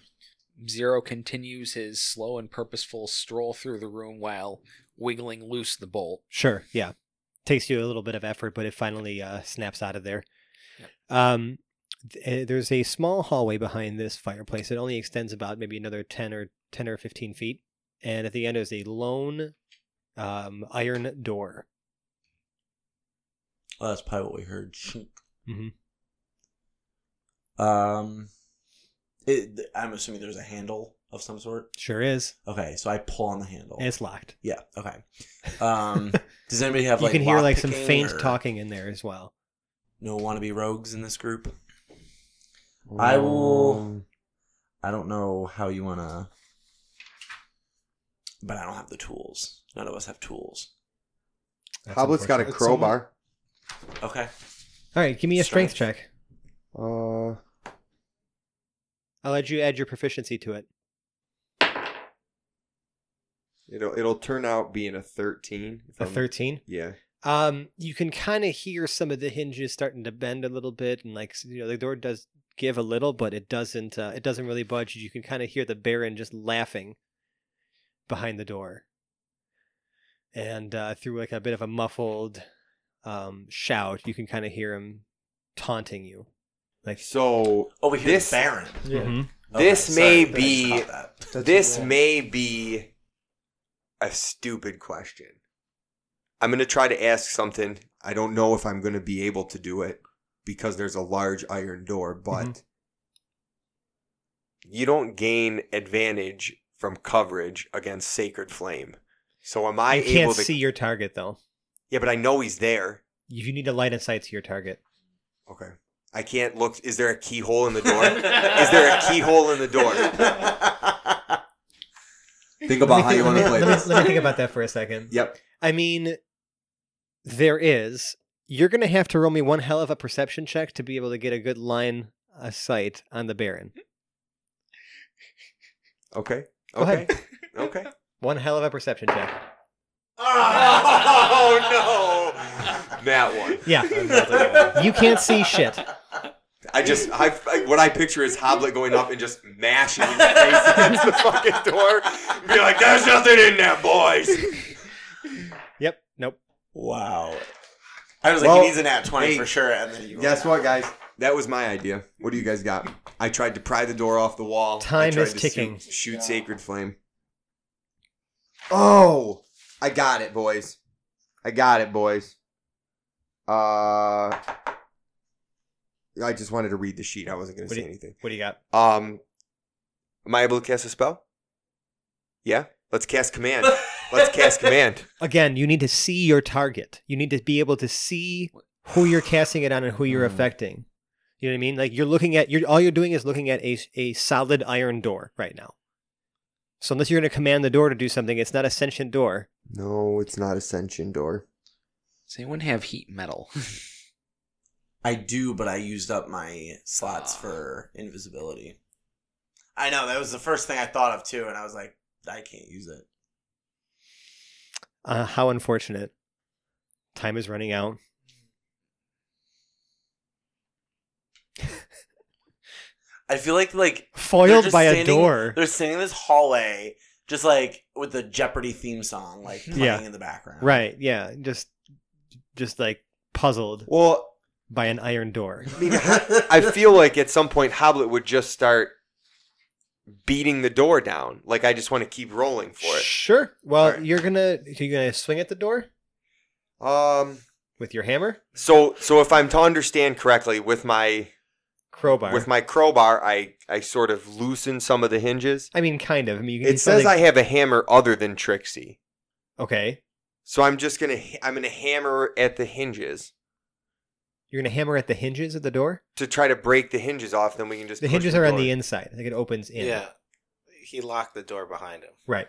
S1: Zero continues his slow and purposeful stroll through the room while wiggling loose the bolt.
S2: Sure, yeah. Takes you a little bit of effort, but it finally uh, snaps out of there. Um, th- eh, there's a small hallway behind this fireplace. It only extends about maybe another ten or ten or fifteen feet, and at the end is a lone um, iron door.
S4: Well, Oh, that's probably what we heard. Shink.
S2: Mhm.
S4: Um, it, th- I'm assuming there's a handle of some sort.
S2: Sure is,
S4: Okay, so I pull on the handle.
S2: and it's locked.
S4: yeah. Okay.
S2: <laughs>
S4: Um, does anybody have
S2: you
S4: like
S2: can hear like some
S4: lockpicking
S2: faint
S4: or
S2: talking in there as well.
S4: No wannabe rogues in this group. I
S3: Um,
S4: will. I don't know how you wanna, but I don't have the tools. None of us have tools.
S2: <laughs> That's
S3: Hoblet's got a
S2: unfortunate.
S5: It's someone-
S3: crowbar.
S4: Okay.
S2: All right, give me a strength
S4: Strength.
S2: check.
S3: Uh,
S2: I'll let you add your proficiency to it.
S3: it'll it'll turn out being a thirteen. if
S2: A
S3: I'm-
S2: thirteen.
S3: Yeah.
S2: Um, you can kind of hear some of the hinges starting to bend a little bit, and like you know, the door does give a little, but it doesn't. Uh, it doesn't really budge. You can kind of hear the Baron just laughing behind the door, and uh, through like a bit of a muffled um, shout, you can kind of hear him taunting you. Like
S3: So
S4: Oh, we hear
S3: This-
S4: the Baron.
S2: Mm-hmm.
S4: Okay,
S3: this
S4: sorry,
S3: may
S4: I just
S3: be-
S4: caught that.
S5: That's
S3: this
S5: what-
S3: may be a stupid question. I'm going to try to ask something. I don't know if I'm going to be able to do it because there's a large iron door, but
S2: Mm-hmm.
S3: you don't gain advantage from coverage against sacred flame. So am I
S2: you
S3: able
S2: can't
S3: to
S2: see your target though.
S3: Yeah, but I know he's there.
S2: You need a light of sight to your target.
S3: Okay. I can't look. Is there a keyhole in
S2: <laughs>
S3: the
S4: <laughs>
S3: door? Is there a keyhole in the door?
S4: Think
S2: Let me
S4: about how
S2: thi-
S4: you want to
S2: let me-
S4: play
S2: let me-
S4: this.
S2: let me think about that for a second.
S3: Yep.
S2: I mean, there is. You're going to have to roll me one hell of a perception check to be able to get a good line of sight on the Baron.
S3: <laughs> Okay.
S2: Go
S3: Okay.
S2: ahead.
S3: Okay.
S2: One hell of a perception check.
S3: Oh no! <laughs> That one.
S2: Yeah. You can't
S3: <laughs>
S2: see shit.
S3: I just I, I- what I picture is Hoblet going up and just mashing his <laughs> face against the fucking door, and be like, "There's nothing in there, boys."
S2: Yep. Nope.
S4: Wow. I was
S3: Well,
S4: like, he needs an at 20
S3: hey,
S4: for sure. And then you
S3: <laughs> Guess what, guys? That was my idea. What do you guys got? I tried to pry the door off the wall. I
S2: Time
S3: tried
S2: is
S3: to
S2: ticking.
S3: Shoot, shoot sacred flame. Oh, I got it, boys. I got it, boys. Uh, I just wanted to read the sheet. I wasn't going
S2: What
S3: to
S2: do
S3: say
S2: you-
S3: anything.
S2: What do you got?
S3: Um, am I able to cast a spell? Yeah, let's cast command. let's
S2: <laughs>
S3: cast command.
S2: Again, you need to see your target. You need to be able to see who <sighs> you're casting it on and who you're
S5: Hmm.
S2: affecting. You know what I mean? Like you're looking at you're all you're doing is looking at a a solid iron door right now. So unless you're going to command the door to do something, it's not a sentient door.
S3: No, it's not ascension door.
S1: Does anyone have heat metal? <laughs>
S4: I do, but I used up my slots for invisibility. Ah. I know. That was the first thing I thought of, too. And I was like, I can't use it.
S2: Uh, how unfortunate. Time is running out.
S4: I feel like, like,
S2: <laughs>
S4: They're
S2: Foiled
S4: just
S2: by a
S4: standing-
S2: door.
S4: They're sitting in this hallway, just like with the Jeopardy theme song, <laughs> like playing
S2: Yeah.
S4: in the background.
S2: Right, yeah. Just just like puzzled
S3: Well,
S2: by an iron door.
S3: I
S5: <laughs>
S3: mean, I feel like at some point Hoblet would just start beating the door down. Like I just want to keep rolling for it.
S2: Sure. Well,
S3: Alright.
S2: you're gonna you're gonna swing at the door?
S3: Um,
S2: with your hammer,
S3: So so if I'm to understand correctly, with my
S2: crowbar.
S3: with my crowbar, I I sort of loosen some of the hinges.
S2: I mean, kind of. I mean, you can
S3: It says
S2: something-
S3: I have a hammer other than Trixie,
S2: okay.
S3: so I'm just gonna h- I'm gonna hammer at the hinges
S2: You're gonna hammer at the hinges of the door.
S3: to try to break the hinges off. Then we can just
S2: The
S3: push
S2: hinges are on
S3: door.
S2: the inside. Like it opens in.
S6: Yeah. He locked the door behind him.
S2: Right.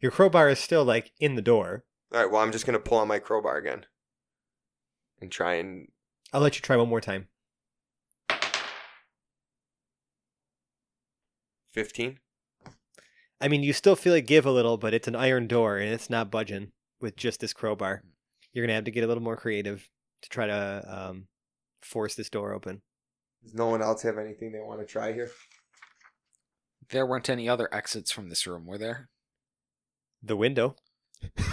S2: Your crowbar is still like in the door.
S3: All right. Well, I'm just gonna pull on my crowbar again and try and
S2: I'll let you try one more time.
S3: fifteen.
S2: I mean, you still feel it give a little, but it's an iron door and it's not budging with just this crowbar. You're gonna have to get a little more creative to try to um, force this door open.
S3: Does no one else have anything they want to try here?
S1: There weren't any other exits from this room, were there? <laughs>
S2: The window. <laughs>
S1: it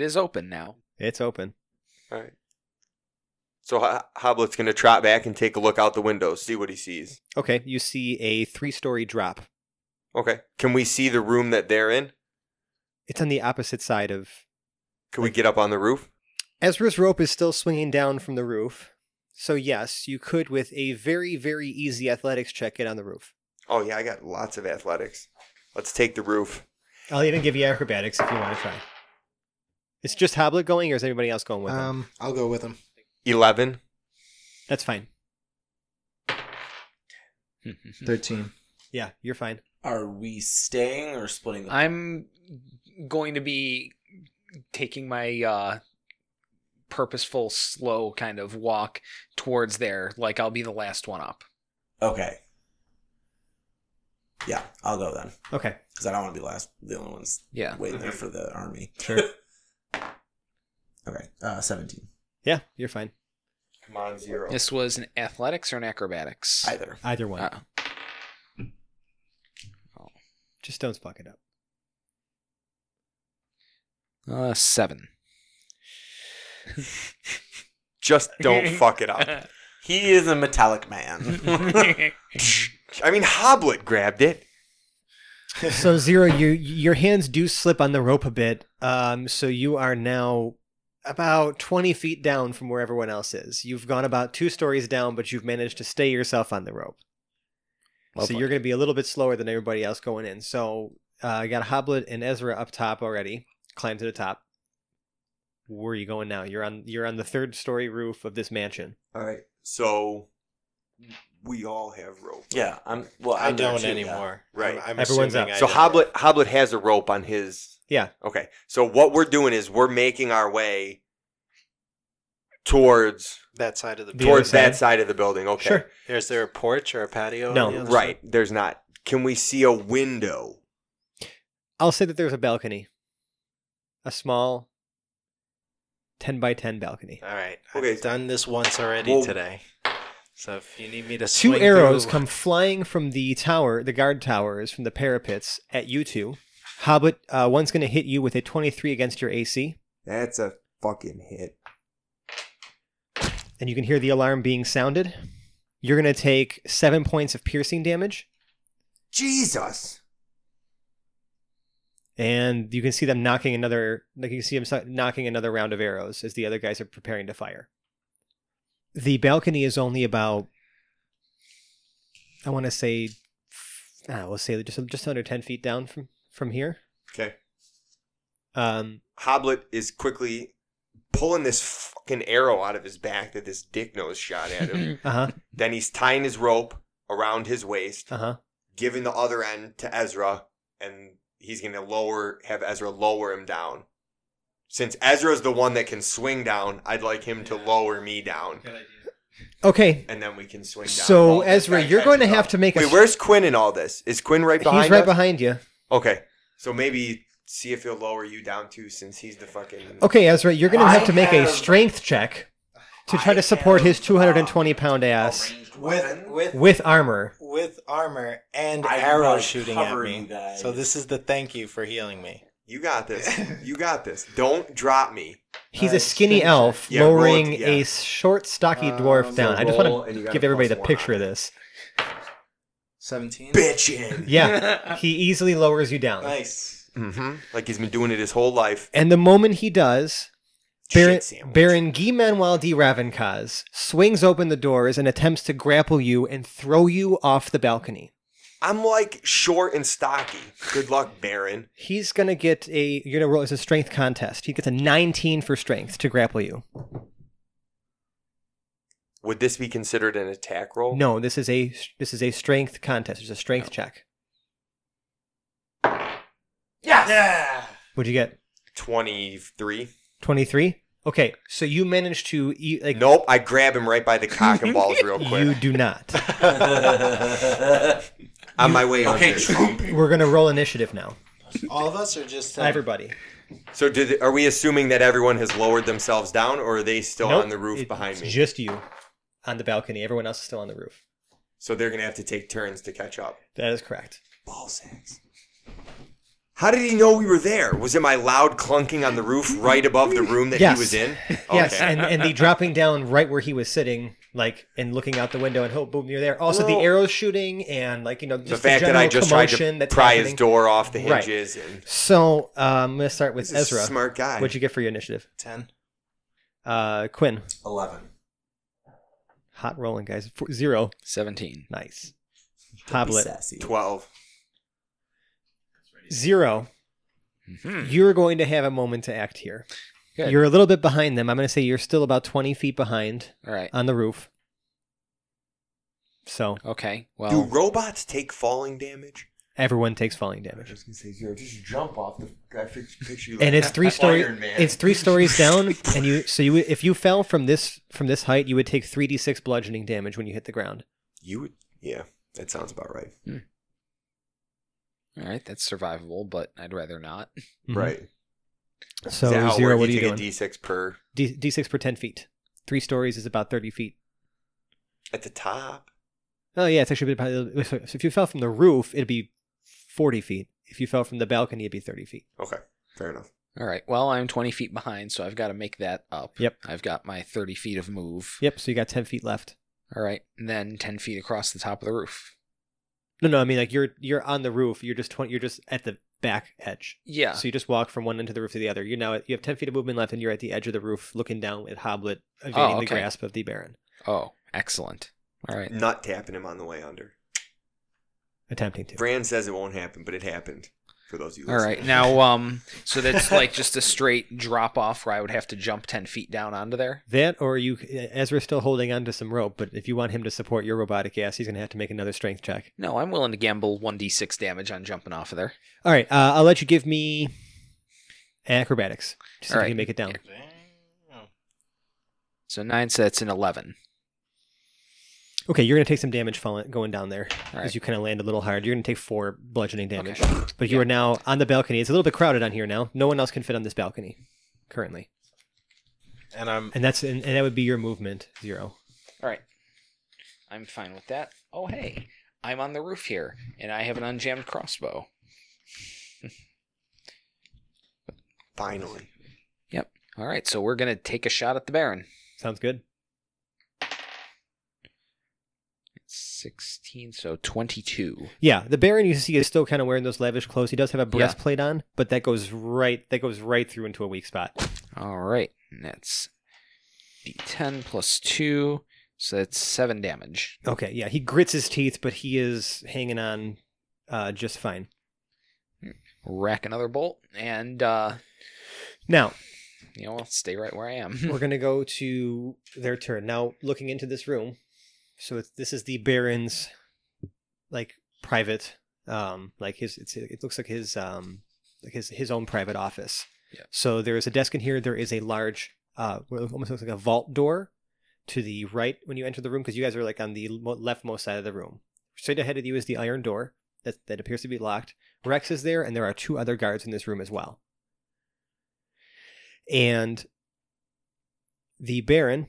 S1: is open now. <laughs>
S2: it's open.
S3: All right. So Ho- Hoblet's gonna trot back and take a look out the window, see what he sees.
S2: Okay, you see a three-story drop.
S3: Okay. Can we see the room that they're in?
S2: It's on the opposite side of
S3: Can we get up on the roof?
S2: Ezra's rope is still swinging down from the roof. So, yes, you could, with a very, very easy athletics check, get on the roof.
S3: Oh yeah, I got lots of athletics. Let's take the roof.
S2: I'll even give you acrobatics if you want to try. It's just Hoblet going, or is anybody else going with him?
S5: Um, I'll go with him.
S3: Eleven.
S2: That's fine.
S5: Thirteen.
S2: Yeah, you're fine.
S4: Are we staying or splitting up?
S1: I'm going to be taking my uh, purposeful, slow kind of walk towards there. Like I'll be the last one up.
S4: okay. Yeah, I'll go then
S2: Okay.
S4: because I don't want to be last. The only ones
S1: Yeah.
S4: waiting there for the army.
S2: Sure.
S4: <laughs> Okay, uh, seventeen.
S2: Yeah, you're fine.
S3: Come on, zero.
S1: This was an athletics or an acrobatics.
S4: Either.
S2: Either one.
S1: Uh,
S2: Just don't fuck it up.
S1: uh, seven. <laughs>
S3: Just
S4: <laughs>
S3: don't fuck it up.
S4: He is a metallic man.
S3: <laughs> I mean, Hoblet grabbed it.
S2: so zero you your hands do slip on the rope a bit um so you are now about 20 feet down from where everyone else is you've gone about two stories down but you've managed to stay yourself on the rope so you're going to be a little bit slower than everybody else going in so uh, i got hoblet and ezra up top already climb to the top where are you going now you're on you're on the third story roof of this mansion
S3: All right. So we all have rope. Um,
S4: yeah, I'm. Well,
S6: I
S4: I'm there
S6: don't
S4: too, yeah.
S6: anymore.
S3: Right.
S6: I'm, I'm
S2: Everyone's
S6: assuming
S2: up.
S6: I
S3: So
S6: don't.
S3: Hoblet Hoblet has a rope on his.
S2: Yeah.
S3: Okay. So what we're doing is we're making our way towards
S6: that side of the
S2: The
S3: towards
S2: other side?
S3: that side of the building. Okay.
S2: Sure.
S6: Is there a porch or a patio?
S2: No.
S6: on the other
S3: Right.
S6: side?
S3: There's not. Can we see a window?
S2: i'll say that there's a balcony a small 10 by 10 balcony
S6: All right.
S3: Okay.
S6: I've done this once already
S3: Well-
S6: today. So if you need me to
S2: Two
S6: swing
S2: arrows
S6: through-
S2: come flying from the tower, the guard towers, from the parapets at you two. Hobbit, uh, one's going to hit you with a 23 against your AC,
S3: That's a fucking hit.
S2: and you can hear the alarm being sounded. You're going to take seven points of piercing damage,
S3: Jesus.
S2: and you can see them knocking another. Like you can see them so- knocking another round of arrows as the other guys are preparing to fire. The balcony is only about, I want to say, f- ah, we'll say just just under 10 feet down from from here.
S3: Okay.
S2: Um,
S3: Hoblet is quickly pulling this fucking arrow out of his back that this dick nose shot at <laughs> him.
S2: uh huh,
S3: then he's tying his rope around his waist,
S2: uh huh.
S3: giving the other end to Ezra, and he's going to lower, have Ezra lower him down. Since Ezra's the one that can swing down, I'd like him to lower me down,
S2: Okay,
S3: and then we can swing down.
S2: So,
S3: while this
S2: Ezra,
S3: guy
S2: you're
S3: catches
S2: going to
S3: up.
S2: have to make a
S3: Wait,
S2: s-
S3: where's Quinn in all this? Is Quinn right behind?
S2: he's right
S3: us?
S2: behind you.
S3: Okay, so maybe see if he'll lower you down too, since he's the fucking.
S2: Okay, Ezra, you're going to
S4: I
S2: have to make
S4: have-
S2: a strength check to try
S4: I
S2: to support his
S4: have,
S2: 220 pound ass
S6: with with
S2: with armor.
S6: with armor and
S4: I
S6: arrow
S4: love
S6: shooting at
S4: covering
S6: me.
S4: you guys.
S6: So this is the thank you for healing
S5: <laughs>
S6: me.
S3: You got this. You got this. Don't drop me.
S2: He's a
S6: Alright,
S2: skinny
S6: strength
S2: elf
S3: Yeah, roll it,
S2: lowering
S3: yeah.
S2: a short, stocky
S5: Um,
S2: dwarf
S5: so
S2: down. I just
S3: roll,
S2: want
S3: and Uh, you
S2: to
S3: got
S2: give
S3: a
S2: everybody the
S3: plus one
S2: picture of
S3: on
S2: this.
S5: Seventeen.
S3: Bitchin'. <laughs>
S2: Yeah, he easily lowers you down.
S6: Nice.
S3: Mm-hmm. Like he's been doing it his whole life.
S2: And the moment he does, Baron,
S3: Shit sandwich.
S2: Baron Guy Manuel de Ravencaz swings open the doors and attempts to grapple you and throw you off the balcony.
S3: I'm like short and stocky. Good luck, Baron.
S2: He's gonna get a. You're gonna roll as a strength contest. He gets a 19 for strength to grapple you.
S3: Would this be considered an attack roll?
S2: No, this is a this is a strength contest. It's a strength check.
S4: Yes.
S2: What'd you get?
S3: 23.
S2: 23. Okay, so you managed to eat like
S3: Nope. I grab him right by the cock and balls
S2: <laughs>
S3: real
S2: you
S3: quick.
S2: do not.
S3: <laughs> On my way
S4: okay,
S3: under.
S4: Trump.
S2: We're gonna roll initiative now.
S6: All of us are just uh, him?
S2: Everybody.
S3: So did are we assuming that everyone has lowered themselves down or are they still
S2: Nope,
S3: on the roof
S2: it's
S3: behind me?
S2: Just you on the balcony. Everyone else is still on the roof.
S3: so they're going to have to take turns to catch up.
S2: That is correct.
S3: Ball sacks. How did he know we were there? Was it my loud clunking on the roof right above the room that
S2: Yes.
S3: he was in?
S2: <laughs>
S3: <laughs>
S2: Yes, and, and the dropping down right where he was sitting, like and looking out the window, and oh, boom, you're there. Also, the
S3: Well-
S2: arrows shooting, and like you know, just
S3: the fact that I
S2: general
S3: just tried
S2: commotion
S3: to
S2: that's
S3: pry his
S2: happening.
S3: door off the
S2: Right.
S3: hinges and
S2: So um, I'm gonna start with
S3: He's a
S2: Ezra.
S3: smart guy.
S2: What'd you get for your initiative?
S6: 10.
S2: Uh, Quinn,
S4: 11.
S2: hot rolling guys, Four, zero,
S1: 17.
S2: nice.
S4: Don't be
S2: Hoblet,
S4: sassy.
S3: Twelve.
S2: zero.
S3: Hmm.
S1: Mhm.
S2: You're going to have a moment to act here.
S1: Good.
S2: You're a little bit behind them. I'm gonna say you're still about 20 feet behind
S1: All right.
S2: on the roof. So
S1: Okay.
S3: Do
S1: Well,
S3: robots take falling damage?
S2: everyone takes falling damage.
S4: was gonna say zero. Just jump off the. I picture you. <laughs>
S2: and it's three story it's three
S3: <laughs>
S2: stories down and you so you if you fell from this from this height you would take 3d6 bludgeoning damage when you hit the ground
S3: You would Yeah, that sounds about right.
S1: Mm-hmm. all right. That's survivable, but I'd rather not.
S3: Right.
S2: so
S3: Is that how it
S2: zero
S3: works?
S2: what are you
S3: take
S2: doing
S3: a D six per
S2: D- d6 per 10 feet three stories is about 30 feet
S3: at the top.
S2: oh yeah it's actually about so if you fell from the roof it'd be 40 feet if you fell from the balcony it'd be 30 feet
S3: Okay. Fair enough.
S1: All right. Well, I'm 20 feet behind, so I've got to make that up.
S2: Yep.
S1: I've got my 30 feet of move.
S2: yep so you got 10 feet left
S1: All right. And then 10 feet across the top of the roof.
S2: no no i mean like you're you're on the roof you're just 20 you're just at the back edge
S1: Yeah.
S2: So you just walk from one end of the roof to the other. You're now you have ten feet of movement left, and you're at the edge of the roof, looking down at Hoblet, evading
S1: Oh,
S2: the
S1: okay.
S2: grasp of the Baron,
S1: Oh, excellent. All right.
S3: Not tapping him on the way under.
S2: attempting to.
S3: Bran says it won't happen, but it happened. For those of you
S1: All
S3: listening. <laughs>
S1: right. Now, um, so that's like just a straight drop off where I would have to jump 10 feet down onto there.
S2: That, or you, Ezra's still holding on to some rope, but if you want him to support your robotic ass, he's gonna have to make another strength check.
S1: No, I'm willing to gamble 1d6 damage on jumping off of there.
S2: All right, uh, I'll let you give me acrobatics. Just so
S1: All
S2: you
S1: right.
S2: can make it down.
S6: Damn.
S1: So nine, so that's an 11.
S2: Okay, you're gonna take some damage falling, going down there
S1: All
S2: as
S1: right.
S2: you kind of land a little hard. You're gonna take four bludgeoning damage,
S1: Okay.
S2: but you
S1: Yeah.
S2: are now on the balcony. It's a little bit crowded on here now. No one else can fit on this balcony currently,
S6: And I'm
S2: and that's and, and that would be your movement zero.
S1: All right. I'm fine with that. Oh, hey. I'm on the roof here, and I have an unjammed crossbow.
S3: Finally.
S1: All right, so we're going to take a shot at the Baron.
S2: Sounds good.
S1: 16, so 22.
S2: Yeah, the Baron you see is still kind of wearing those lavish clothes. He does have a
S1: Yeah.
S2: breastplate on, but that goes right that goes right through into a weak spot.
S1: All right, and that's d10 plus 2, so that's 7 damage.
S2: Okay, yeah, he grits his teeth, but he is hanging on uh, just fine.
S1: Rack another bolt, and, uh,
S2: Now
S1: you know, I'll stay right where I
S2: <laughs> we're
S1: <laughs> am.
S2: gonna go to their turn. Now looking into this room, so it's, this is the Baron's like private, um, like his it's, it looks like his um like his his own private office.
S1: Yeah.
S2: So there is a desk in here. There is a large, uh, what almost looks like a vault door to the right when you enter the room because you guys are like on the mo- leftmost side of the room. Straight ahead of you is the iron door that that appears to be locked. Rex is there, and there are two other guards in this room as well. And the Baron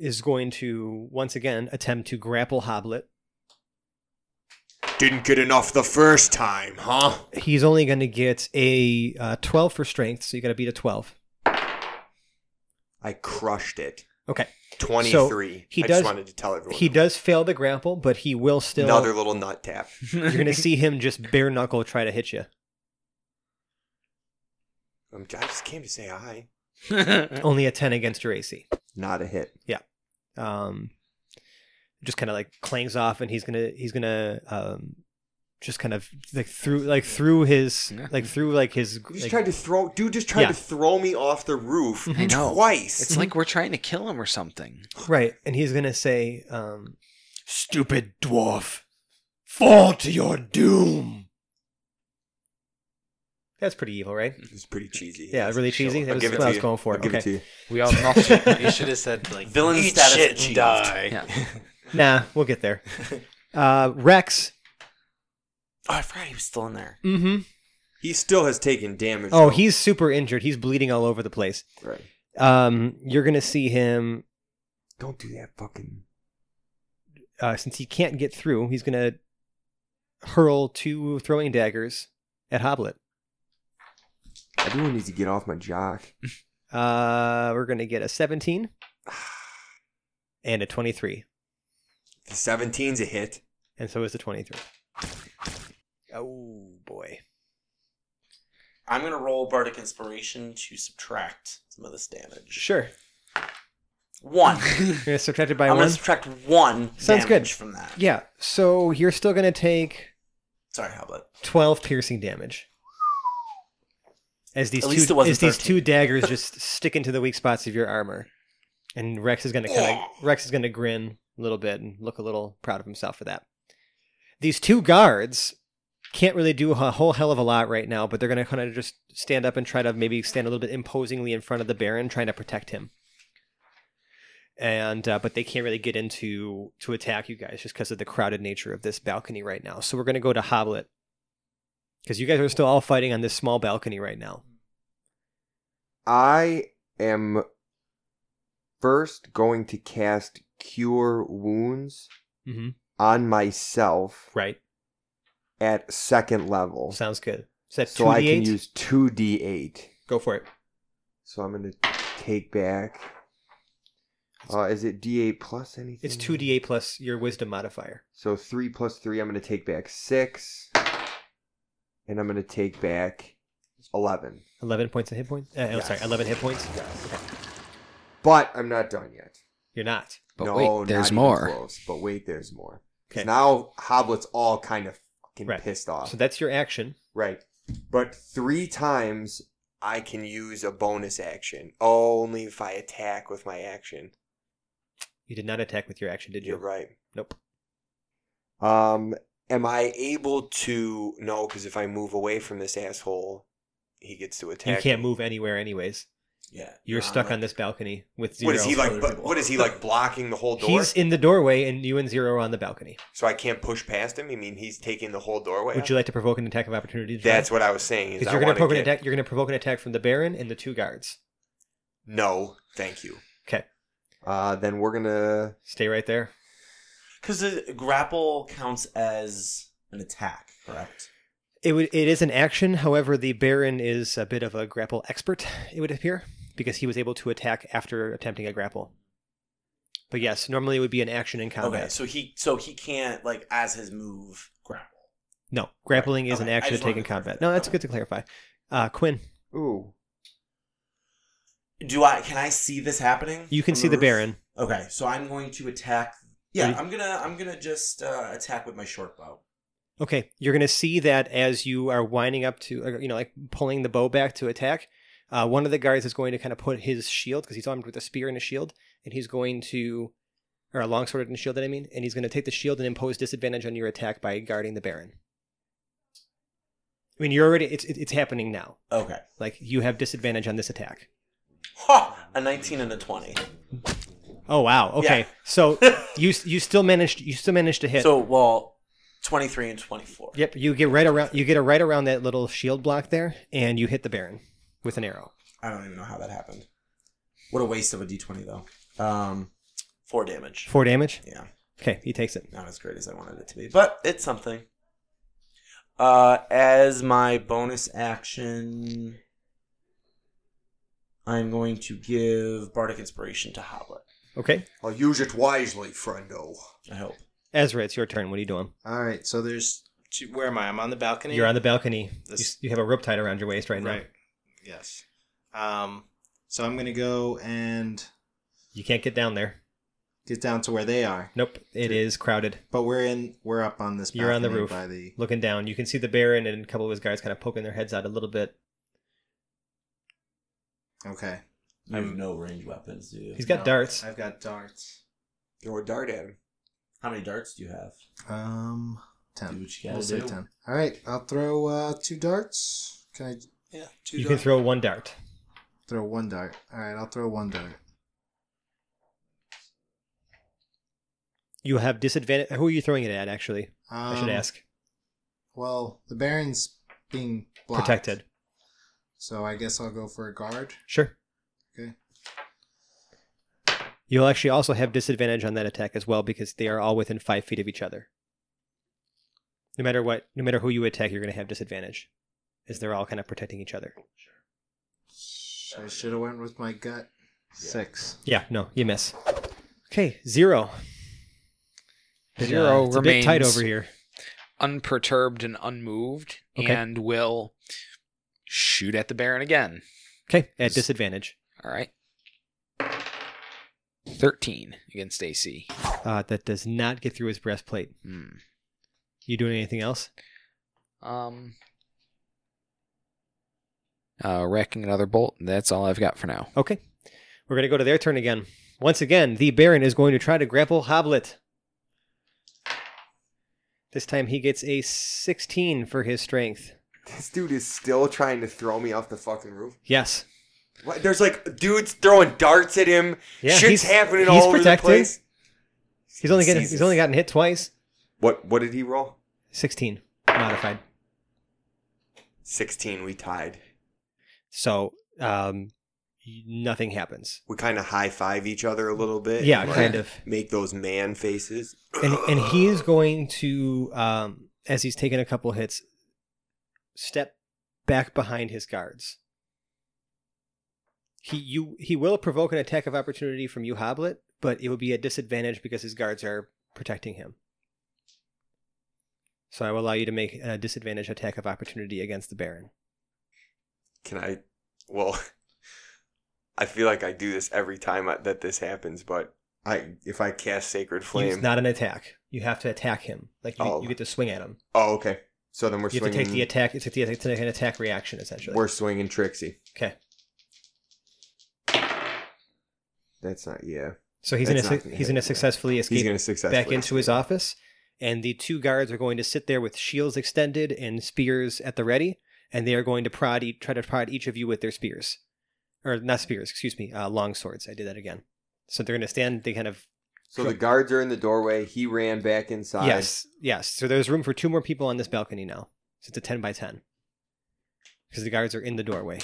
S2: is going to once again attempt to grapple Hoblet.
S3: Didn't get enough the first time, huh?
S2: He's only going to get a uh, 12 for strength, so you got to beat a 12.
S3: I crushed it.
S2: Okay. So,
S3: 23.
S2: he
S3: I
S2: does-
S3: just wanted to tell everyone.
S2: He does fail the grapple, but he will still. <laughs>
S3: Another little nut tap.
S2: You're going to see him just bare knuckle try to hit you.
S3: I'm, I just came to say hi.
S1: <laughs>
S2: Only a 10 against your AC.
S3: Not a hit.
S2: um, just kind of like clangs off, and he's gonna he's gonna um, just kind of like through like through his
S1: Yeah.
S2: like through like his
S3: You just
S2: like-
S3: tried to throw, dude. Just tried
S2: Yeah. Mm-hmm.
S3: to throw me off the roof
S1: I know.
S3: twice.
S1: It's like we're trying to kill him or something.
S2: right, and he's gonna say, um, "Stupid dwarf, fall to your doom." That's pretty evil, <laughs> right?
S3: It's pretty cheesy.
S2: Yeah, really cheesy. That
S3: I'll
S2: was
S3: give it
S2: what I
S3: to
S2: was
S3: you.
S2: going for.
S3: I'll give
S2: okay.
S3: it to you.
S7: We all
S1: <laughs>
S7: you should have said like
S4: Villain
S7: "Eat
S4: status
S7: shit
S4: achieved."
S7: and die.
S1: Yeah.
S2: Nah, we'll get <laughs> there. Uh, Rex.
S4: Oh, I forgot he was still in there.
S2: Mm-hmm.
S3: He still has taken damage.
S2: Oh,
S3: though.
S2: he's super injured. He's bleeding all over the place.
S3: right.
S2: Um, you're gonna see him
S3: Don't do that, fucking.
S2: uh, since he can't get through. He's gonna hurl two throwing daggers at Hoblet.
S3: Everyone needs to get off my jock.
S2: Uh, we're gonna get a <sighs> 17 and a 23,
S3: The 17's a hit.
S2: and so is the 23. Oh boy.
S4: I'm gonna roll bardic inspiration to subtract some of this damage.
S2: Sure.
S1: <laughs>
S4: One.
S2: You're gonna subtract it by
S4: I'm
S2: one.
S4: gonna subtract one
S2: Sounds
S4: Sounds
S2: good.
S4: damage from that.
S2: yeah. So you're still gonna take
S4: Sorry, how about
S2: 12 piercing damage. As these
S4: At
S2: two,
S4: least it wasn't
S2: as these
S4: 13.
S2: two
S4: <laughs>
S2: daggers just stick into the weak spots of your armor, and Rex is gonna kind of Rex is gonna grin a little bit and look a little proud of himself for that. These two guards can't really do a whole hell of a lot right now, but they're gonna kind of just stand up and try to maybe stand a little bit imposingly in front of the Baron, trying to protect him. And uh, but they can't really get into to attack you guys just because of the crowded nature of this balcony right now. So we're gonna go to Hoblet because you guys are still all fighting on this small balcony right now.
S3: I am first going to cast Cure Wounds
S2: Mm-hmm.
S3: on myself
S2: Right.
S3: at second level.
S2: Sounds good. Is that
S3: So
S2: two
S3: I
S2: d
S3: can
S2: eight?
S3: use 2d8.
S2: Go for it.
S3: So I'm going to take back. Uh, is it d8 plus anything?
S2: It's two d eight plus your wisdom modifier.
S3: So 3 plus 3, I'm going to take back 6. And I'm going to take back 11.
S2: Eleven points of hit points. Uh, I'm
S3: Yes.
S2: sorry, eleven hit points.
S3: But I'm not done yet.
S2: You're not.
S1: But
S3: no,
S1: wait,
S3: not
S1: there's
S3: even
S1: more.
S3: Close. But wait, there's more. 'Cause
S2: Okay.
S3: Now Hoblet's all kind of fucking
S2: Right.
S3: pissed off.
S2: So that's your action.
S3: right. But three times I can use a bonus action only if I attack with my action.
S2: You did not attack with your action, did you?
S3: You're right.
S2: Nope.
S3: Um, am I able to? No, because if I move away from this asshole, he gets to attack.
S2: You can't
S3: me.
S2: move anywhere, anyways.
S4: yeah?
S2: You're
S4: Nah,
S2: stuck
S4: I'm
S2: on this balcony with zero.
S3: What is he like?
S4: Other
S3: but-
S4: people.
S3: What is he like blocking the whole door?
S2: He's in the doorway, and you and zero are on the balcony.
S3: So I can't push past him. I mean, he's taking the whole doorway.
S2: Would
S3: up?
S2: you like to provoke an attack of opportunity? to try?
S3: That's what I was saying. is
S2: because
S3: I
S2: you're going to
S3: wanna
S2: provoke an
S3: get-
S2: attack. You're going to provoke an attack from the Baron and the two guards.
S3: No, thank you.
S2: Okay,
S3: Uh, then we're gonna.
S2: stay right there.
S4: Because the grapple counts as an attack, correct?
S2: It would, it is an action. However, the Baron is a bit of a grapple expert. It would appear because he was able to attack after attempting a grapple. But yes, normally it would be an action in combat.
S4: Okay, so he so he can't like as his move grapple.
S2: no, grappling is
S4: Okay,
S2: an
S4: I
S2: action
S4: just
S2: to take
S4: wanted
S2: in
S4: to
S2: combat.
S4: clarify.
S2: No, that's
S4: Okay.
S2: good to clarify. Uh, Quinn,
S3: Ooh,
S4: Do I? Can I see this happening?
S2: you can
S4: from
S2: see the
S4: roof?
S2: Baron.
S4: Okay, so I'm going to attack. Yeah,
S2: Are you-
S4: I'm gonna I'm gonna just uh, attack with my short bow.
S2: Okay, you're going to see that as you are winding up to, uh, you know, like pulling the bow back to attack. Uh, one of the guards is going to kind of put his shield because he's armed with a spear and a shield, and he's going to, or a longsword and a shield. That I mean, and he's going to take the shield and impose disadvantage on your attack by guarding the Baron. I mean, you're already it's it- it's happening now.
S4: Okay,
S2: Like you have disadvantage on this attack.
S4: ha! A 19 and a 20.
S2: Oh wow. Okay.
S4: Yeah. <laughs>
S2: So you s- you still managed you still managed to hit.
S4: So well, 23 and 24.
S2: yep. You get right around you get a right around that little shield block there, and you hit the Baron with an arrow.
S4: I don't even know how that happened. What a waste of a d20 though. Um, four damage.
S2: Four damage.
S4: Yeah,
S2: Okay, he takes it.
S4: not as great as I wanted it to be, but it's something. Uh, as my bonus action, I'm going to give bardic inspiration to Hoblet.
S2: Okay,
S3: I'll use it wisely, friendo.
S4: I hope.
S2: Ezra, it's your turn. What are you doing?
S5: All right, so there's
S6: Gee, Where am I? I'm on the balcony.
S2: You're on the balcony. You
S6: This-
S2: s- You, have a rope tied around your waist right now.
S6: right. Yes. Um, so I'm gonna go and
S2: You can't get down there.
S6: get down to where they are,
S2: Nope, it is crowded.
S6: but we're in. We're up on this.
S2: You're on the
S6: balcony
S2: roof.
S6: by the.
S2: Looking down, you can see the Baron and a couple of his guards kind of poking their heads out a little bit.
S6: Okay.
S4: I have no range weapons, dude.
S2: He's got
S6: No,
S2: darts.
S6: I've got darts.
S3: Throw a dart at him.
S4: How many darts do you have?
S6: Um,
S4: Do
S6: ten.
S4: what you
S6: We'll
S4: gotta
S6: say
S4: do.
S6: ten.
S5: All right, I'll throw uh, two darts. Can I
S7: Yeah, two
S2: You can throw one dart.
S5: throw one dart? All right, I'll throw one dart.
S2: You have disadvantage. Who are you throwing it at? Actually,
S5: Um,
S2: I should ask.
S5: Well, the Baron's being blocked.
S2: Protected.
S5: So I guess I'll go for a guard.
S2: Sure.
S5: Okay.
S2: You'll actually also have disadvantage on that attack as well because they are all within five feet of each other. No matter what, no matter who you attack, you're going to have disadvantage, as they're all kind of protecting each other.
S5: I should have went with my gut. Six.
S2: Yeah, no, you miss. Okay, zero. It, uh,
S1: Zero
S2: it's a bit tight
S1: remains.
S2: over here.
S1: Unperturbed and unmoved,
S2: Okay.
S1: and will shoot at the Baron again.
S2: Okay, at
S1: Just-
S2: disadvantage.
S1: All right. 13 against AC.
S2: Uh, that does not get through his breastplate.
S1: Hmm.
S2: You doing anything else?
S1: Um. Uh, wrecking another bolt. That's all I've got for now.
S2: Okay. We're going to go to their turn again. Once again, the Baron is going to try to grapple Hoblet. This time he gets a 16 for his strength.
S3: This dude is still trying to throw me off the fucking roof.
S2: Yes.
S3: What? There's like dudes throwing darts at him.
S2: Yeah, he's-
S3: Shit's happening
S2: he's
S3: all over
S2: protected.
S3: the place.
S2: He's only getting,
S3: Jesus.
S2: he's only gotten hit twice.
S3: What? What did he roll?
S2: 16 modified.
S3: Sixteen. We tied.
S2: So, um nothing happens.
S3: We kind of high five each other a little bit.
S2: Yeah,
S3: and, like,
S2: kind of.
S3: Make those man faces.
S2: and and he is going to um as he's taken a couple hits step back behind his guards he you he will provoke an attack of opportunity from you hoblet but it will be a disadvantage because his guards are protecting him so i will allow you to make a disadvantage attack of opportunity against the baron
S3: <sighs> Can I? Well, <laughs> I feel like I do this every time I, that this happens, but I if I cast Sacred
S2: it's
S3: Flame.
S2: not an attack you have to attack him like you,
S3: Oh.
S2: you get to swing at him
S3: oh, okay. So then we're
S2: you have
S3: swinging.
S2: to take the attack it's, it's it's an attack reaction essentially
S3: we're swinging Trixie.
S2: okay
S3: That's not. Yeah.
S2: so he's gonna
S3: That's not
S2: su-
S3: gonna
S2: he's
S3: hit.
S2: gonna successfully escape
S3: He's gonna successfully
S2: back into his office, and the two guards are going to sit there with shields extended and spears at the ready, and they are going to prod e- try to prod each of you with their spears, or not spears, excuse me, uh, long swords. I did that again. So they're going to stand. They kind of
S3: So the guards are in the doorway. He ran back inside.
S2: yes, yes. So there's room for two more people on this balcony now. So it's a ten by ten because the guards are in the doorway.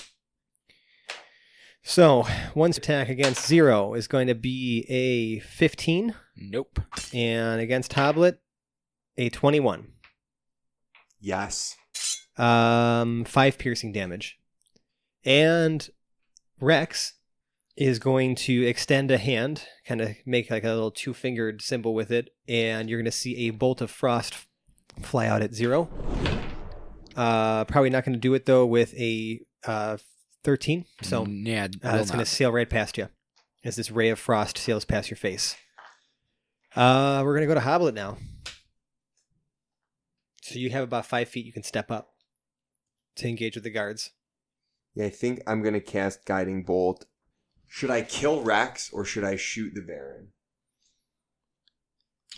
S2: So one's attack against zero is going to be a fifteen,
S1: Nope.
S2: and against Hoblet, a twenty-one.
S3: Yes.
S2: um, five piercing damage. And Rex is going to extend a hand, kind of make like a little two fingered symbol with it, and you're going to see a bolt of frost f- fly out at zero. Uh, probably not going to do it though with a uh, 13, so
S1: Mm, yeah,
S2: uh,
S1: will
S2: it's going
S1: not.
S2: to sail right past you as this ray of frost sails past your face. Uh, we're going to go to Hoblet now. So you have about five feet you can step up to engage with the guards.
S3: Yeah, I think I'm gonna cast Guiding Bolt. Should I kill Rex or should I shoot the Baron?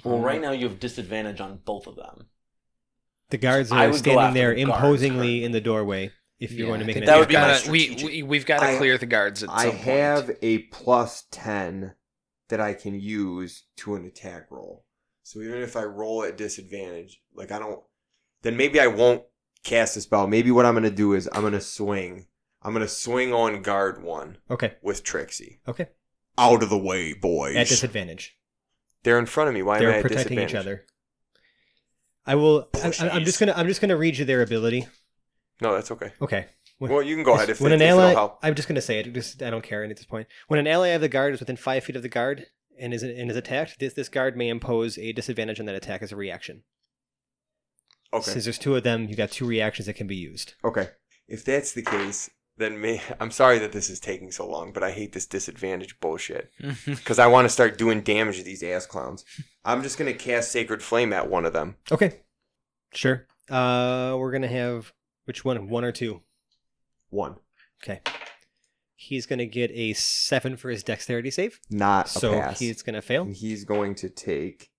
S4: Well, right now you have disadvantage on both of them.
S2: The guards
S4: I
S2: are
S4: would go
S2: standing
S4: after
S2: there
S4: the guards
S2: imposingly in the doorway if you're
S1: Yeah,
S2: going to
S1: I
S2: make an
S1: think
S4: that
S1: we've
S4: would be my
S2: attack.
S1: gotta- we,
S4: strategic-
S1: we, we've got to
S3: I-
S1: clear the guards at
S3: I
S1: some point.
S3: have a plus ten that I can use to an attack roll. So even if I roll at disadvantage, like I don't, then maybe I won't cast a spell. Maybe what I'm gonna do is I'm gonna swing. I'm gonna swing on guard one
S2: Okay,
S3: with Trixie.
S2: okay.
S3: Out of the way, boys.
S2: At disadvantage.
S3: They're in front of me. Why am I
S2: They're
S3: at
S2: protecting
S3: disadvantage?
S2: each other. I will. I,
S3: Push
S2: I- I'm
S3: these.
S2: just gonna. I'm just gonna read you their ability.
S3: No, that's okay.
S2: Okay. When-
S3: Well, you can go ahead if,
S2: when
S3: it-
S2: an
S3: if
S2: ally,
S3: it'll help.
S2: I'm just gonna say it. Just I don't care at this point. When an ally of the guard is within five feet of the guard and is and is attacked, this this guard may impose a disadvantage on that attack as a reaction.
S3: Okay.
S2: Since there's two of them, you got two reactions that can be used.
S3: Okay. If that's the case, than me. <laughs> I'm sorry that this is taking so long, but I hate this disadvantage bullshit because I want to start doing damage to these ass clowns. I'm just gonna cast Sacred Flame at one of them.
S2: Okay. Sure. Uh, we're gonna have which one? One or two?
S3: One.
S2: He's gonna get a seven for his dexterity save,
S3: Not a
S2: so
S3: pass. Hmm.
S2: he's gonna fail.
S3: And he's going to take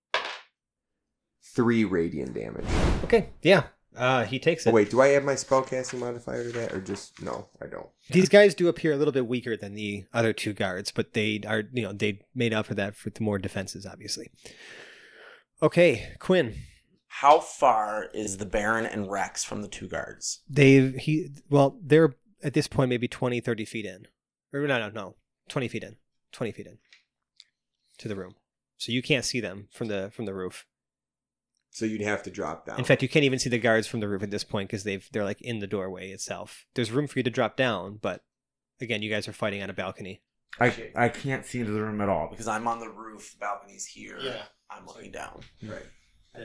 S3: three radiant damage.
S2: Okay. Yeah. Uh, he takes it.
S3: Oh, wait, do I add my spellcasting modifier to that, or just no? I don't.
S2: These guys do appear a little bit weaker than the other two guards, but they are, you know, they made up for that with more defenses, obviously. Okay, Quinn.
S4: How far is the Baron and Rex from the two guards?
S2: They've, he, well, they're at this point maybe 20, 30 feet in. Or no, no, no. 20 feet in. 20 feet in to the room. So you can't see them from the from the roof.
S3: So you'd have to drop down.
S2: In fact, you can't even see the guards from the roof at this point because they've they're like in the doorway itself. There's room for you to drop down, but again, you guys are fighting on a balcony.
S8: I, I can't see into the room at
S6: Oh.
S8: all.
S4: Because I'm on the roof, balcony's here.
S6: Yeah.
S4: I'm looking down.
S3: right.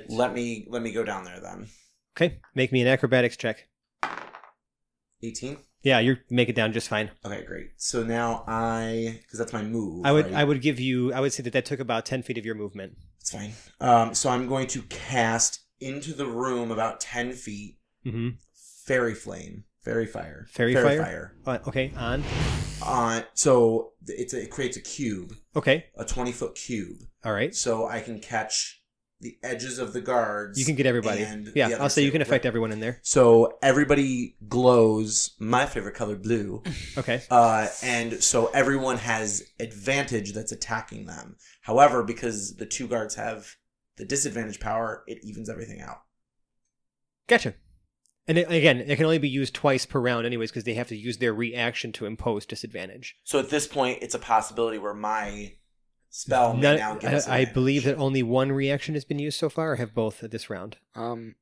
S4: Let me let me go down there then.
S2: Okay, make me an acrobatics check.
S4: 18.
S2: Yeah, you make it down just fine.
S4: Okay, great. So now I because that's my move.
S2: I would
S4: right?
S2: I would give you I would say that that took about 10 feet of your movement.
S4: It's fine. Um, so I'm going to cast into the room about 10 feet
S2: Mm-hmm.
S4: fairy flame, fairy fire,
S2: Fairy fire? Uh, okay, on.
S4: Uh, so it's a, it creates a cube,
S2: Okay,
S4: a 20 foot cube.
S2: all right.
S4: So I can catch the edges of the guards.
S2: You can get everybody.
S4: and the
S2: Yeah,
S4: other
S2: I'll say you
S4: two,
S2: can affect
S4: right.
S2: everyone in there.
S4: So everybody glows my favorite color, blue.
S2: Okay.
S4: Uh, and so everyone has advantage that's attacking them. However, because the two guards have the disadvantage power, it evens everything out.
S2: Gotcha. And it, again, it can only be used twice per round, anyways, because they have to use their reaction to impose disadvantage.
S4: So at this point, it's a possibility where my spell may
S2: None-
S4: now give us
S2: I, I
S4: advantage.
S2: believe that only one reaction has been used so far, or have both at this round.
S1: <laughs> Um,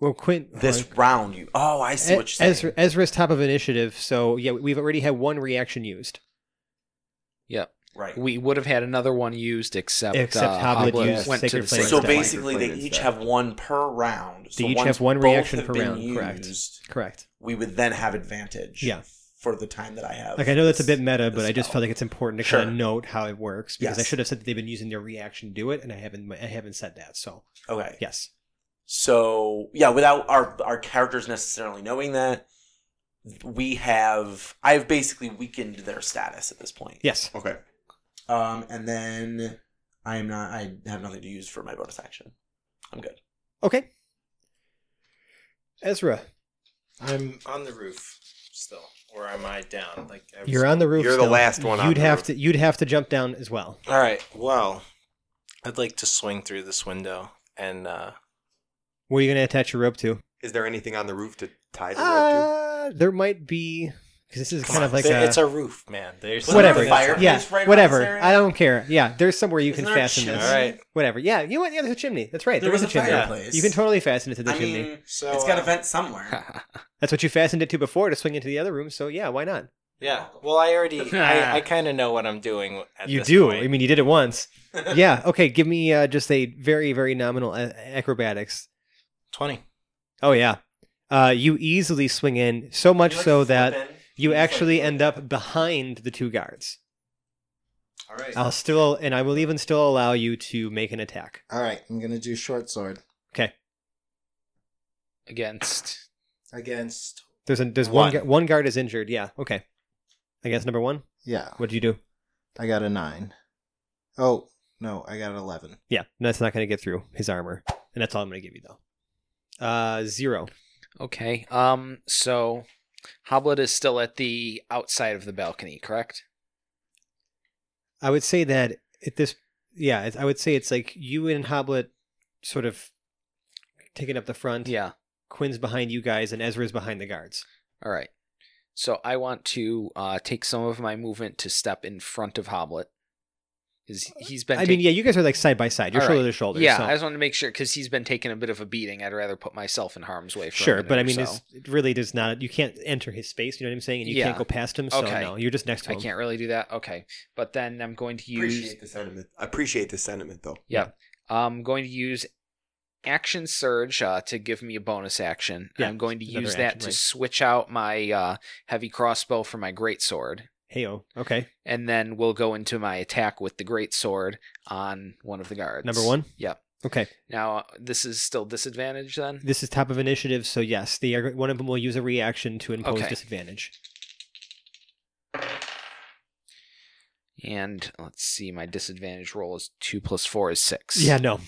S2: Well, Quint.
S4: this
S2: hold on.
S4: round. You. Oh, I see what
S2: E-
S4: you're saying.
S2: Ezra, Ezra's top of initiative, so yeah, we've already had one reaction used.
S1: yep.
S4: right.
S1: We would have had another one used except
S2: Except
S1: uh,
S2: Hoblet
S1: Hoblet
S2: used
S1: went to
S2: Sacred
S1: the
S2: Flame
S1: same
S4: so
S1: step.
S3: basically-
S4: basically, they
S3: Explain
S4: each
S3: that.
S4: have one per round. So
S2: They each
S4: once
S2: have one
S4: both
S2: reaction
S4: have
S2: per
S4: been
S2: round. Correct.
S4: used,
S2: Correct.
S4: We would then have advantage.
S2: Yeah.
S4: For the time that I have.
S2: Like I know that's a bit
S4: this-
S2: meta,
S4: the
S2: but I just
S4: spell.
S2: felt like it's important to
S4: Sure.
S2: kind of note how it works because I
S4: Yes.
S2: should have said that they've been using their reaction to do it, and I haven't. I haven't said that. So
S4: Okay.
S2: yes,
S4: So yeah, without our our characters necessarily knowing that, we have I've basically weakened their status at this point.
S2: yes.
S3: Okay.
S4: Um, and then I am not. I have nothing to use for my bonus action. I'm good.
S2: Okay. Ezra,
S6: I'm on the roof still, or am I down? Like I was-
S2: you're on the roof.
S3: You're the
S2: still.
S3: last one
S2: You'd
S3: on the
S2: have
S3: roof.
S2: to. You'd have to jump down as well.
S6: All right. Well, I'd like to swing through this window and uh,
S2: Where are you going to attach your rope to?
S3: Is there anything on the roof to tie the rope
S2: Uh, there might be because this is kind of like
S6: There-
S2: a,
S6: it's a roof, man. There's
S4: Wasn't
S2: whatever.
S4: there a fireplace
S2: yeah,
S4: right around this
S2: whatever.
S4: area?
S2: I don't care. Yeah, there's somewhere you
S4: Isn't
S2: can
S4: there a
S2: fasten
S4: chimney?
S2: this.
S6: All right.
S2: Whatever. Yeah, you know what? Yeah, there's a chimney. That's right.
S4: There
S2: was
S4: was
S2: a
S4: a
S2: chimney.
S4: fireplace.
S2: You can totally fasten it to the
S4: I
S2: chimney.
S4: mean,
S6: So
S4: it's got
S6: uh,
S4: a vent somewhere.
S2: That's what you fastened it to before to swing into the other room. So yeah, why not?
S6: Yeah. Well, I
S5: <laughs>
S6: already. I, I kind of know what I'm doing. At
S2: you
S6: this
S2: do.
S6: point.
S2: I mean, you did
S6: <laughs>
S2: it once. yeah. Okay. Give me uh, just a very very nominal a- acrobatics.
S6: twenty.
S2: Oh yeah. Uh, you easily swing in so much
S4: You, like,
S2: so
S4: flip
S2: that
S4: in.
S2: you
S4: like,
S2: actually
S4: flip
S2: end up behind the two guards.
S6: All right.
S2: I'll still and I will even still allow you to make an attack.
S5: All right, I'm gonna do short sword
S1: <laughs> against.
S5: against.
S2: There's a there's
S6: One.
S2: one gu- one guard is injured. Yeah. Okay. I guess number one.
S5: Yeah,
S2: What did you do?
S5: I got a nine. Oh no, I got an eleven.
S2: Yeah, that's not going to get through his armor, and that's all I'm going to give you though. Uh, zero.
S1: Okay. Um. So, Hoblet is still at the outside of the balcony, correct?
S2: I would say that at this, yeah, it's, I would say it's like you and Hoblet, sort of taking up the front.
S1: Yeah.
S2: Quinn's behind you guys, and Ezra's behind the guards.
S1: All right. So I want to uh, take some of my movement to step in front of Hoblet, because he's been.
S2: I
S1: tak-
S2: mean, yeah, you guys are like side by side. You're
S1: All right.
S2: shoulder to shoulder.
S1: yeah.
S2: so-
S1: I just wanted to make sure because he's been taking a bit of a beating. I'd rather put myself in harm's way. For a
S2: sure,
S1: minute
S2: but I
S1: or
S2: mean,
S1: so.
S2: it's, it really does not. You can't enter his space. You know what I'm saying? And you can't
S1: Yeah.
S2: go past him. So
S1: Okay.
S2: no, you're just next to
S1: I
S2: him.
S1: can't really do that. Okay, but then I'm going to
S3: to?
S1: use.
S3: Appreciate the sentiment. Appreciate the sentiment though.
S1: Yeah. I'm going to use action surge uh, to give me a bonus action.
S2: Yeah,
S1: I'm going to
S2: another
S1: use that
S2: action,
S1: to
S2: right.
S1: switch out my uh, heavy crossbow for my greatsword.
S2: Heyo. Okay.
S1: And then we'll go into my attack with the greatsword on one of the guards.
S2: Number one?
S1: Yep.
S2: Okay.
S1: Now, uh, this is still disadvantage then?
S2: This is top of initiative, so yes, the one of them will use a reaction to impose
S1: Okay.
S2: disadvantage.
S1: And let's see, my disadvantage roll is 2 plus 4 is 6. <laughs>
S2: Yeah, no.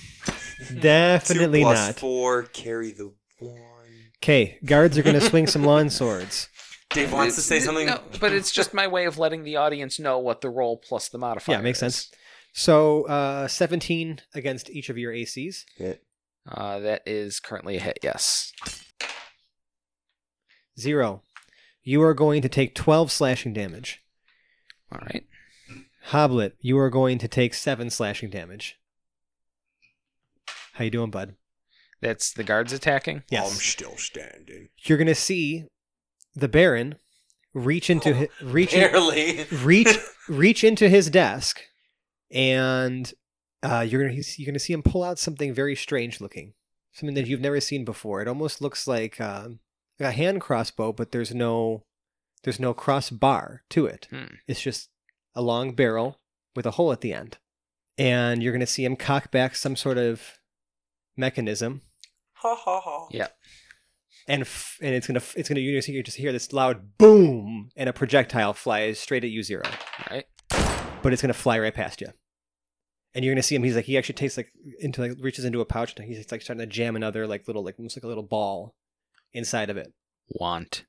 S3: Two
S2: Definitely
S3: plus
S2: not.
S3: Four carry the one.
S2: Okay, guards are going
S1: <laughs>
S2: to swing some lawn swords.
S4: Dave wants to say
S1: It's-
S4: something.
S1: No, but it's just my way of letting the audience know what the roll plus the modifier
S2: Yeah, makes
S1: is.
S2: sense. So uh, 17 against each of your ACs.
S1: Uh, that is currently a hit, yes.
S2: Zero. You are going to take 12 slashing damage.
S1: All right.
S2: Hoblet, you are going to take 7 slashing damage. How you doing, bud?
S1: That's the guards attacking.
S3: Oh, I'm still standing.
S2: You're going to see the Baron reach into his, reach in-
S4: Barely. <laughs>
S2: reach reach into his desk and uh, you're gonna he's- you're gonna see him pull out something very strange looking something that you've never seen before it almost looks like um, a hand crossbow but there's no there's no crossbar to it
S1: Hmm.
S2: it's just a long barrel with a hole at the end and you're gonna see him cock back some sort of mechanism
S4: Ha ha ha.
S1: Yeah.
S2: and f- and it's gonna f- it's gonna you're gonna see- you just hear this loud boom and a projectile flies straight at you zero
S1: All right.
S2: but it's gonna fly right past you. And you're gonna see him. He's like he actually takes like into like reaches into a pouch and he's like starting to jam another like little like almost like a little ball inside of it.
S1: Want.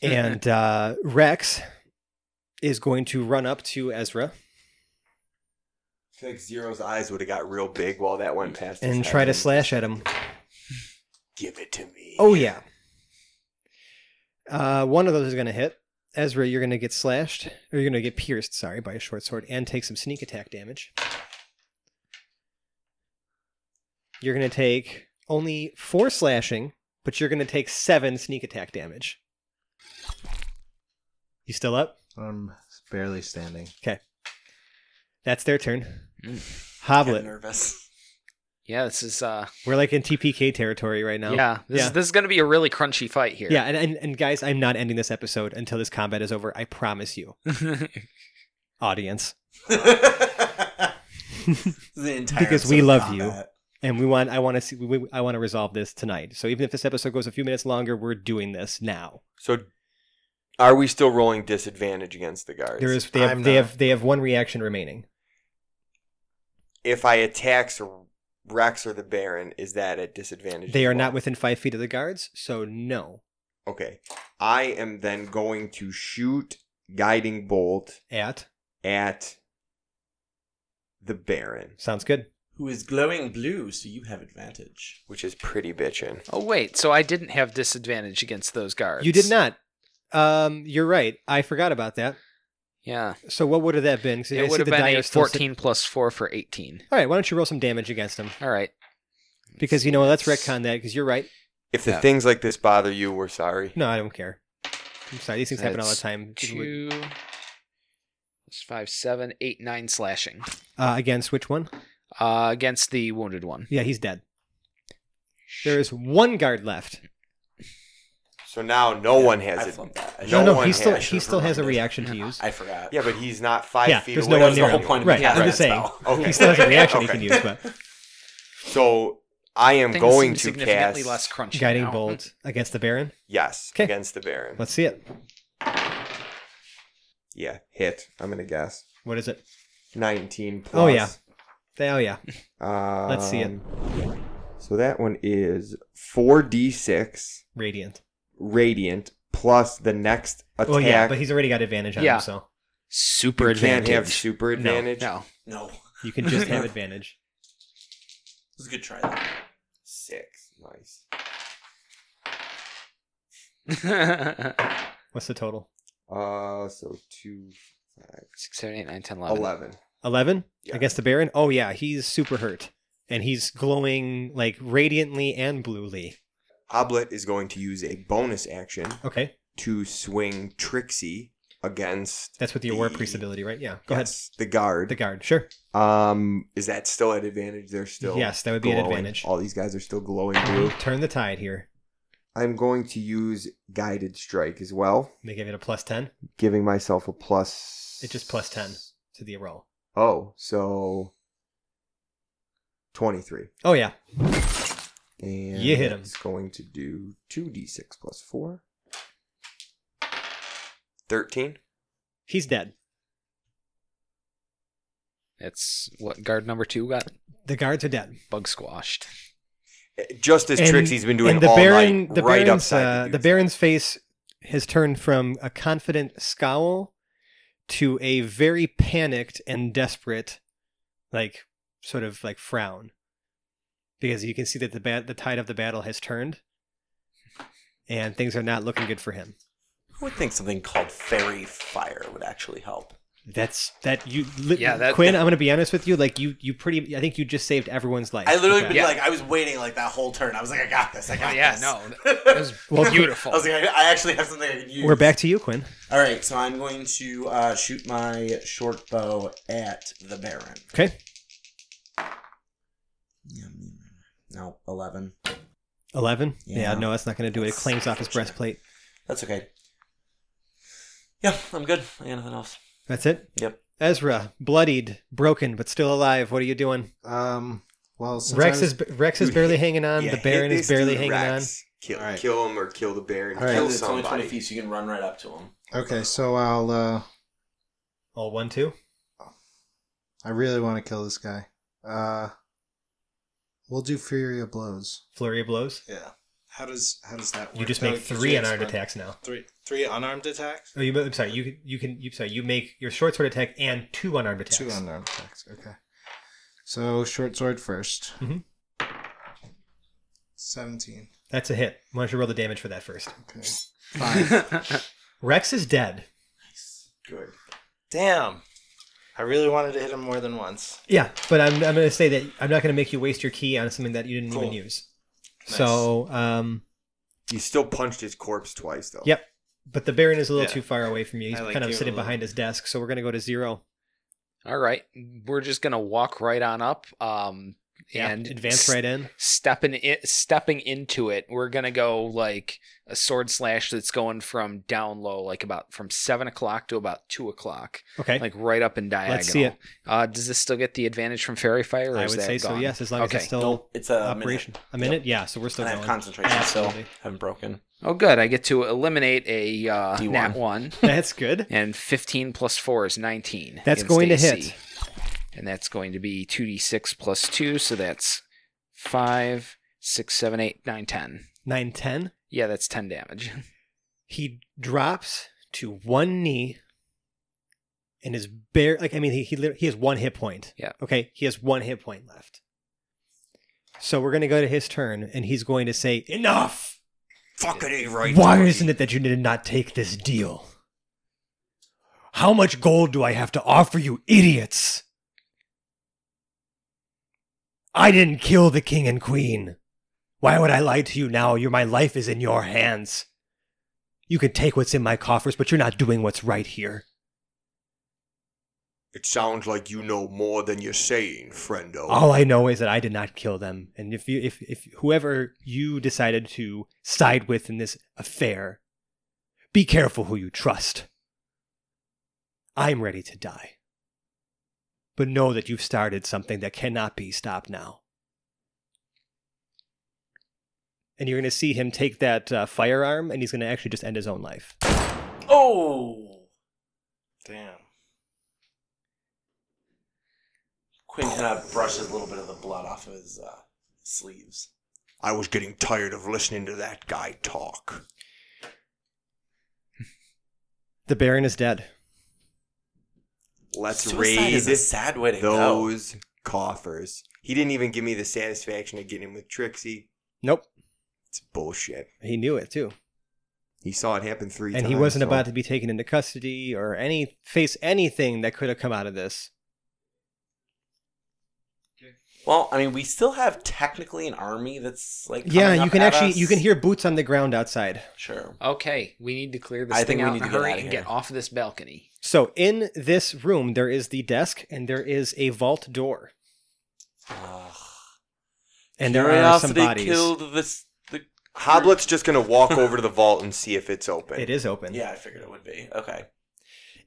S2: And uh, Rex is going to run up to Ezra
S3: I feel like Zero's eyes would have got real big while that went past. his
S2: and try to
S3: head.
S2: slash at him.
S3: Give it to me.
S2: Oh yeah. Uh, one of those is gonna hit Ezra. You're gonna get slashed, or you're gonna get pierced. Sorry, by a short sword, and take some sneak attack damage. You're gonna take only four slashing, but you're gonna take seven sneak attack damage. You still up?
S5: I'm barely standing.
S2: That's their turn.
S1: Mm.
S4: Get
S2: Hoblet, <laughs>
S4: nervous. <laughs>
S1: yeah, this is uh
S2: we're like in TPK territory right now.
S1: yeah, this
S2: Yeah.
S1: is this is going to be a really crunchy fight here.
S2: Yeah, and, and, and guys, I'm not ending this episode until this combat is over. I promise you, audience.
S4: the entire
S2: Because we
S4: episode
S2: love
S4: of
S2: you.
S4: combat.
S2: and we want i want to see we, we- i want to resolve this tonight so even if this episode goes a few minutes longer we're doing this now
S3: So, are we still rolling disadvantage against the guards?
S2: there is they have
S5: I'm
S2: they
S5: not.
S2: have they have one reaction remaining
S3: If I attacks Rex or the Baron, is that at disadvantage?
S2: they
S3: as
S2: are not
S3: well?
S2: within five feet of the guards so no
S3: Okay, I am then going to shoot guiding bolt
S2: at
S3: at the Baron,
S2: sounds good
S4: Who is glowing blue, so you have advantage.
S3: which is pretty bitchin'.
S1: <laughs> Oh wait, so I didn't have disadvantage against those guards.
S2: you did not um you're right i forgot about that
S1: Yeah.
S2: so what would have that been 'Cause I
S1: It
S2: see
S1: would have
S2: the
S1: been
S2: die
S1: a
S2: is still sit-
S1: 14 plus 4 for 18.
S2: all right why don't you roll some damage against them
S1: All right.
S2: because you know what, let's retcon that because you're right
S3: If the
S1: Yeah.
S3: things like this bother you, we're sorry.
S2: no i don't care i'm sorry these things happen all the
S1: That's
S2: time
S1: Two plus five, seven, eight, nine slashing.
S2: uh, against which one
S1: Uh, against the wounded one.
S2: yeah he's dead there is one guard left
S3: So now no one
S4: I
S3: has it.
S4: flubbed that. I
S2: No,
S3: No
S4: should've-
S2: no,
S3: one
S2: he
S3: has-
S2: still
S3: I
S2: he
S4: should've
S2: still has a
S4: reminded.
S2: reaction to use.
S4: I forgot.
S3: Yeah, but he's not five
S2: Yeah,
S3: feet
S2: there's
S3: away.
S2: no one
S3: from
S4: That's the
S2: near
S4: whole
S2: him.
S4: point of
S2: Right,
S4: the Oh,
S2: I'm just saying.
S4: spell.
S3: Okay.
S2: He still
S3: <laughs>
S2: has a reaction he
S3: Okay.
S2: can use, but
S3: So I am
S1: Things
S3: going
S1: seem
S3: to
S1: significantly
S3: cast
S1: less crunchy.
S2: guiding
S1: now.
S2: bolt against the Baron.
S3: yes
S2: Okay.
S3: against the Baron.
S2: Let's see it.
S3: Yeah, hit. I'm gonna guess
S2: What is it?
S3: nineteen plus.
S2: Oh, yeah. Oh yeah,
S3: Um,
S2: Let's see it.
S3: So that one is four d six
S2: radiant.
S3: radiant plus the next attack.
S2: Oh yeah, but he's already got advantage on
S1: Yeah.
S2: him, so
S1: Super
S3: you can't
S1: advantage.
S3: have super advantage.
S1: No. <laughs>
S4: No. It
S2: you can just have advantage.
S4: was a good try, though.
S3: Six, nice.
S2: What's the total?
S3: Uh, so two, five,
S1: Six, seven, eight, nine, ten, eleven.
S3: eleven.
S2: Eleven
S3: Yeah.
S2: against the Baron. Oh yeah, he's super hurt, and he's glowing like radiantly and bluely.
S3: Hoblet is going to use a bonus action
S2: Okay.
S3: to swing Trixie against.
S2: That's with your war priest ability, right? Yeah. Go
S3: yes, The
S2: ahead.
S3: guard.
S2: The guard, sure.
S3: Um, is that still at advantage? They're still
S2: yes, that would be an
S3: glowing.
S2: advantage.
S3: All these guys are still glowing blue.
S2: Turn the tide here.
S3: I'm going to use guided strike as well,
S2: They give it a plus ten
S3: giving myself a plus.
S2: It's just plus 10. to the roll.
S3: Oh, so twenty-three.
S2: Oh yeah,
S3: And
S2: You hit 'em.
S3: It's going to do two d six plus four. Thirteen.
S2: he's dead.
S1: That's what guard number two got
S2: The guards are dead.
S1: bug <laughs> squashed.
S3: Just as
S2: And-
S3: Trixie's been doing
S2: and the
S3: all
S2: Baron,
S3: night,
S2: the
S3: right
S2: Baron's,
S3: upside
S2: uh, the
S3: dude's
S2: Baron's face has turned from a confident scowl to a very panicked and desperate, like sort of like frown, because you can see that the bat the tide of the battle has turned, and things are not looking good for him.
S4: I would think something called fairy fire would actually help.
S2: That's that you, li-
S1: Yeah, that-
S2: Quinn. I'm gonna be honest with you. Like you, you pretty. I think you just saved everyone's life.
S4: I literally
S2: with
S4: been
S2: that.
S4: like I was waiting like that whole turn. I was like, I got this. I got
S1: Oh, yeah,
S4: this. <laughs>
S1: no, That
S4: no.
S1: was
S2: <laughs> Well,
S1: beautiful.
S4: I was like, I, I actually have something I can use.
S2: We're back to you, Quinn.
S4: All right, so I'm going to uh, shoot my short bow at the Baron.
S2: Okay,
S4: Yum, yum, yum. No, eleven.
S2: eleven. Yeah,
S4: Yeah.
S2: no, that's not gonna do it. It
S4: That's
S2: claims off his
S4: unfortunate.
S2: breastplate.
S4: That's okay. Yeah, I'm good. I got nothing else.
S2: That's it.
S4: Yep.
S2: Ezra, bloodied, broken, but still alive. What are you doing?
S5: Um. Well, since
S2: Rex
S5: I was-
S2: is Rex
S6: <laughs>
S2: is
S3: Dude,
S2: barely
S3: hit-
S2: hanging on.
S3: Yeah,
S2: the
S3: hit
S2: Baron is
S3: this
S2: barely hanging
S3: dude, Rex. Kill,
S5: All right.
S3: kill him or kill the Baron.
S5: All right.
S3: Kill
S5: It's
S3: somebody.
S4: so you can run right up to him.
S5: okay. So I'll. uh
S2: on. Oh, one, two.
S5: I really want to kill this guy. Uh. We'll do fury of blows.
S2: Flurry of blows.
S6: Yeah. How does how does that work?
S2: You just
S6: though?
S2: make
S6: Could you
S2: three unarmed
S6: explain-
S2: attacks now.
S6: Three three unarmed attacks.
S2: Oh, you, I'm sorry. You you can you sorry. You make your short sword attack and two unarmed attacks.
S5: Two unarmed attacks. Okay. So short sword 1st
S2: Mhm.
S5: Seventeen.
S2: That's a hit. Why don't you roll the damage for that first?
S5: Okay.
S2: <laughs>
S5: Five.
S2: Rex is dead.
S5: Good.
S6: Damn. I really wanted to hit him more than once.
S2: Yeah, but I'm, I'm going to say that I'm not going to make you waste your key on something that you didn't
S6: Cool.
S2: even use.
S6: Nice.
S2: So, um,
S3: You still punched his corpse twice, though.
S2: yep. But the Baron is a little
S6: Yeah.
S2: too far away from you. He's
S6: I like
S2: kind of
S6: you a
S2: sitting
S6: little.
S2: behind his desk, so we're going to go to zero.
S1: All right, we're just gonna walk right on up. Um, and
S2: advance right in.
S1: stepping it stepping into it we're gonna go like a sword slash that's going from down low like about from seven o'clock to about two o'clock
S2: Okay.
S1: like right up in diagonal
S2: Let's see it.
S1: uh does this still get the advantage from fairy fire or
S2: I
S1: is
S2: would
S1: that
S2: say so,
S1: gone?
S2: yes, as long
S1: Okay.
S2: as it's still
S4: It's uh, a
S2: operation.
S4: Minute.
S2: A minute? Yeah, so we're still
S4: And I
S2: going.
S4: have concentration,
S2: Absolutely.
S4: so I haven't broken.
S1: oh good i get to eliminate a uh
S4: D1.
S1: nat one
S2: <laughs> That's good.
S1: and 15 plus 4 is 19
S2: That's
S1: against
S2: going to
S1: AC.
S2: hit.
S1: and that's going to be 2d6 plus 2 so that's 5 6 7 8 9 10
S2: Nine, ten.
S1: yeah that's 10 damage <laughs>
S2: He drops to one knee and is bare. Like, I mean, he, he, lit- he has one hit point.
S1: Yeah.
S2: Okay. He has one hit point left. So we're going to go to his turn, and he's going to say, Enough!
S3: Fuck it, ain't right.
S2: Why
S3: Tony.
S2: isn't it that you did not take this deal? How much gold do I have to offer you, idiots? I didn't kill the king and queen. Why would I lie to you now? Your my life is in your hands. You can take what's in my coffers, but you're not doing what's right here.
S3: It sounds like you know more than you're saying, friendo.
S2: All I know is that I did not kill them, and if you, if if whoever you decided to side with in this affair, be careful who you trust. I'm ready to die. But know that you've started something that cannot be stopped now. And you're going to see him take that uh, firearm, and he's going to actually just end his own life.
S4: Oh,
S6: Damn.
S4: Quinn kind of brushes a little bit of the blood off of his uh, sleeves.
S3: I was getting tired of listening to that guy talk.
S2: The Baron is dead.
S3: Let's
S4: Suicide
S3: raid
S4: is a sad way to go.
S3: those coffers. He didn't even give me the satisfaction of getting with Trixie.
S2: Nope,
S3: It's bullshit.
S2: he knew it too.
S3: He saw it happen three
S2: and
S3: times.
S2: he wasn't
S3: so-
S2: about to be taken into custody or any face anything that could have come out of this.
S4: Well, I mean, we still have technically an army that's like
S2: yeah,
S4: coming
S2: you
S4: up
S2: can
S4: at
S2: actually
S4: us.
S2: you can hear boots on the ground outside.
S4: Sure.
S1: Okay, we need to clear this
S4: I
S1: thing
S4: think we
S1: out
S4: need
S1: in a
S4: to get
S1: hurry
S4: outta
S1: and
S4: here.
S1: get off of this balcony.
S2: So in this room there is the desk and there is a vault door
S4: Ugh.
S2: <sighs> and there are some
S4: Curiosity
S2: bodies.
S4: killed this. The
S3: Hoblet's just gonna walk over to the vault and see if it's open.
S2: It is open.
S4: Yeah, I figured it would be. Okay.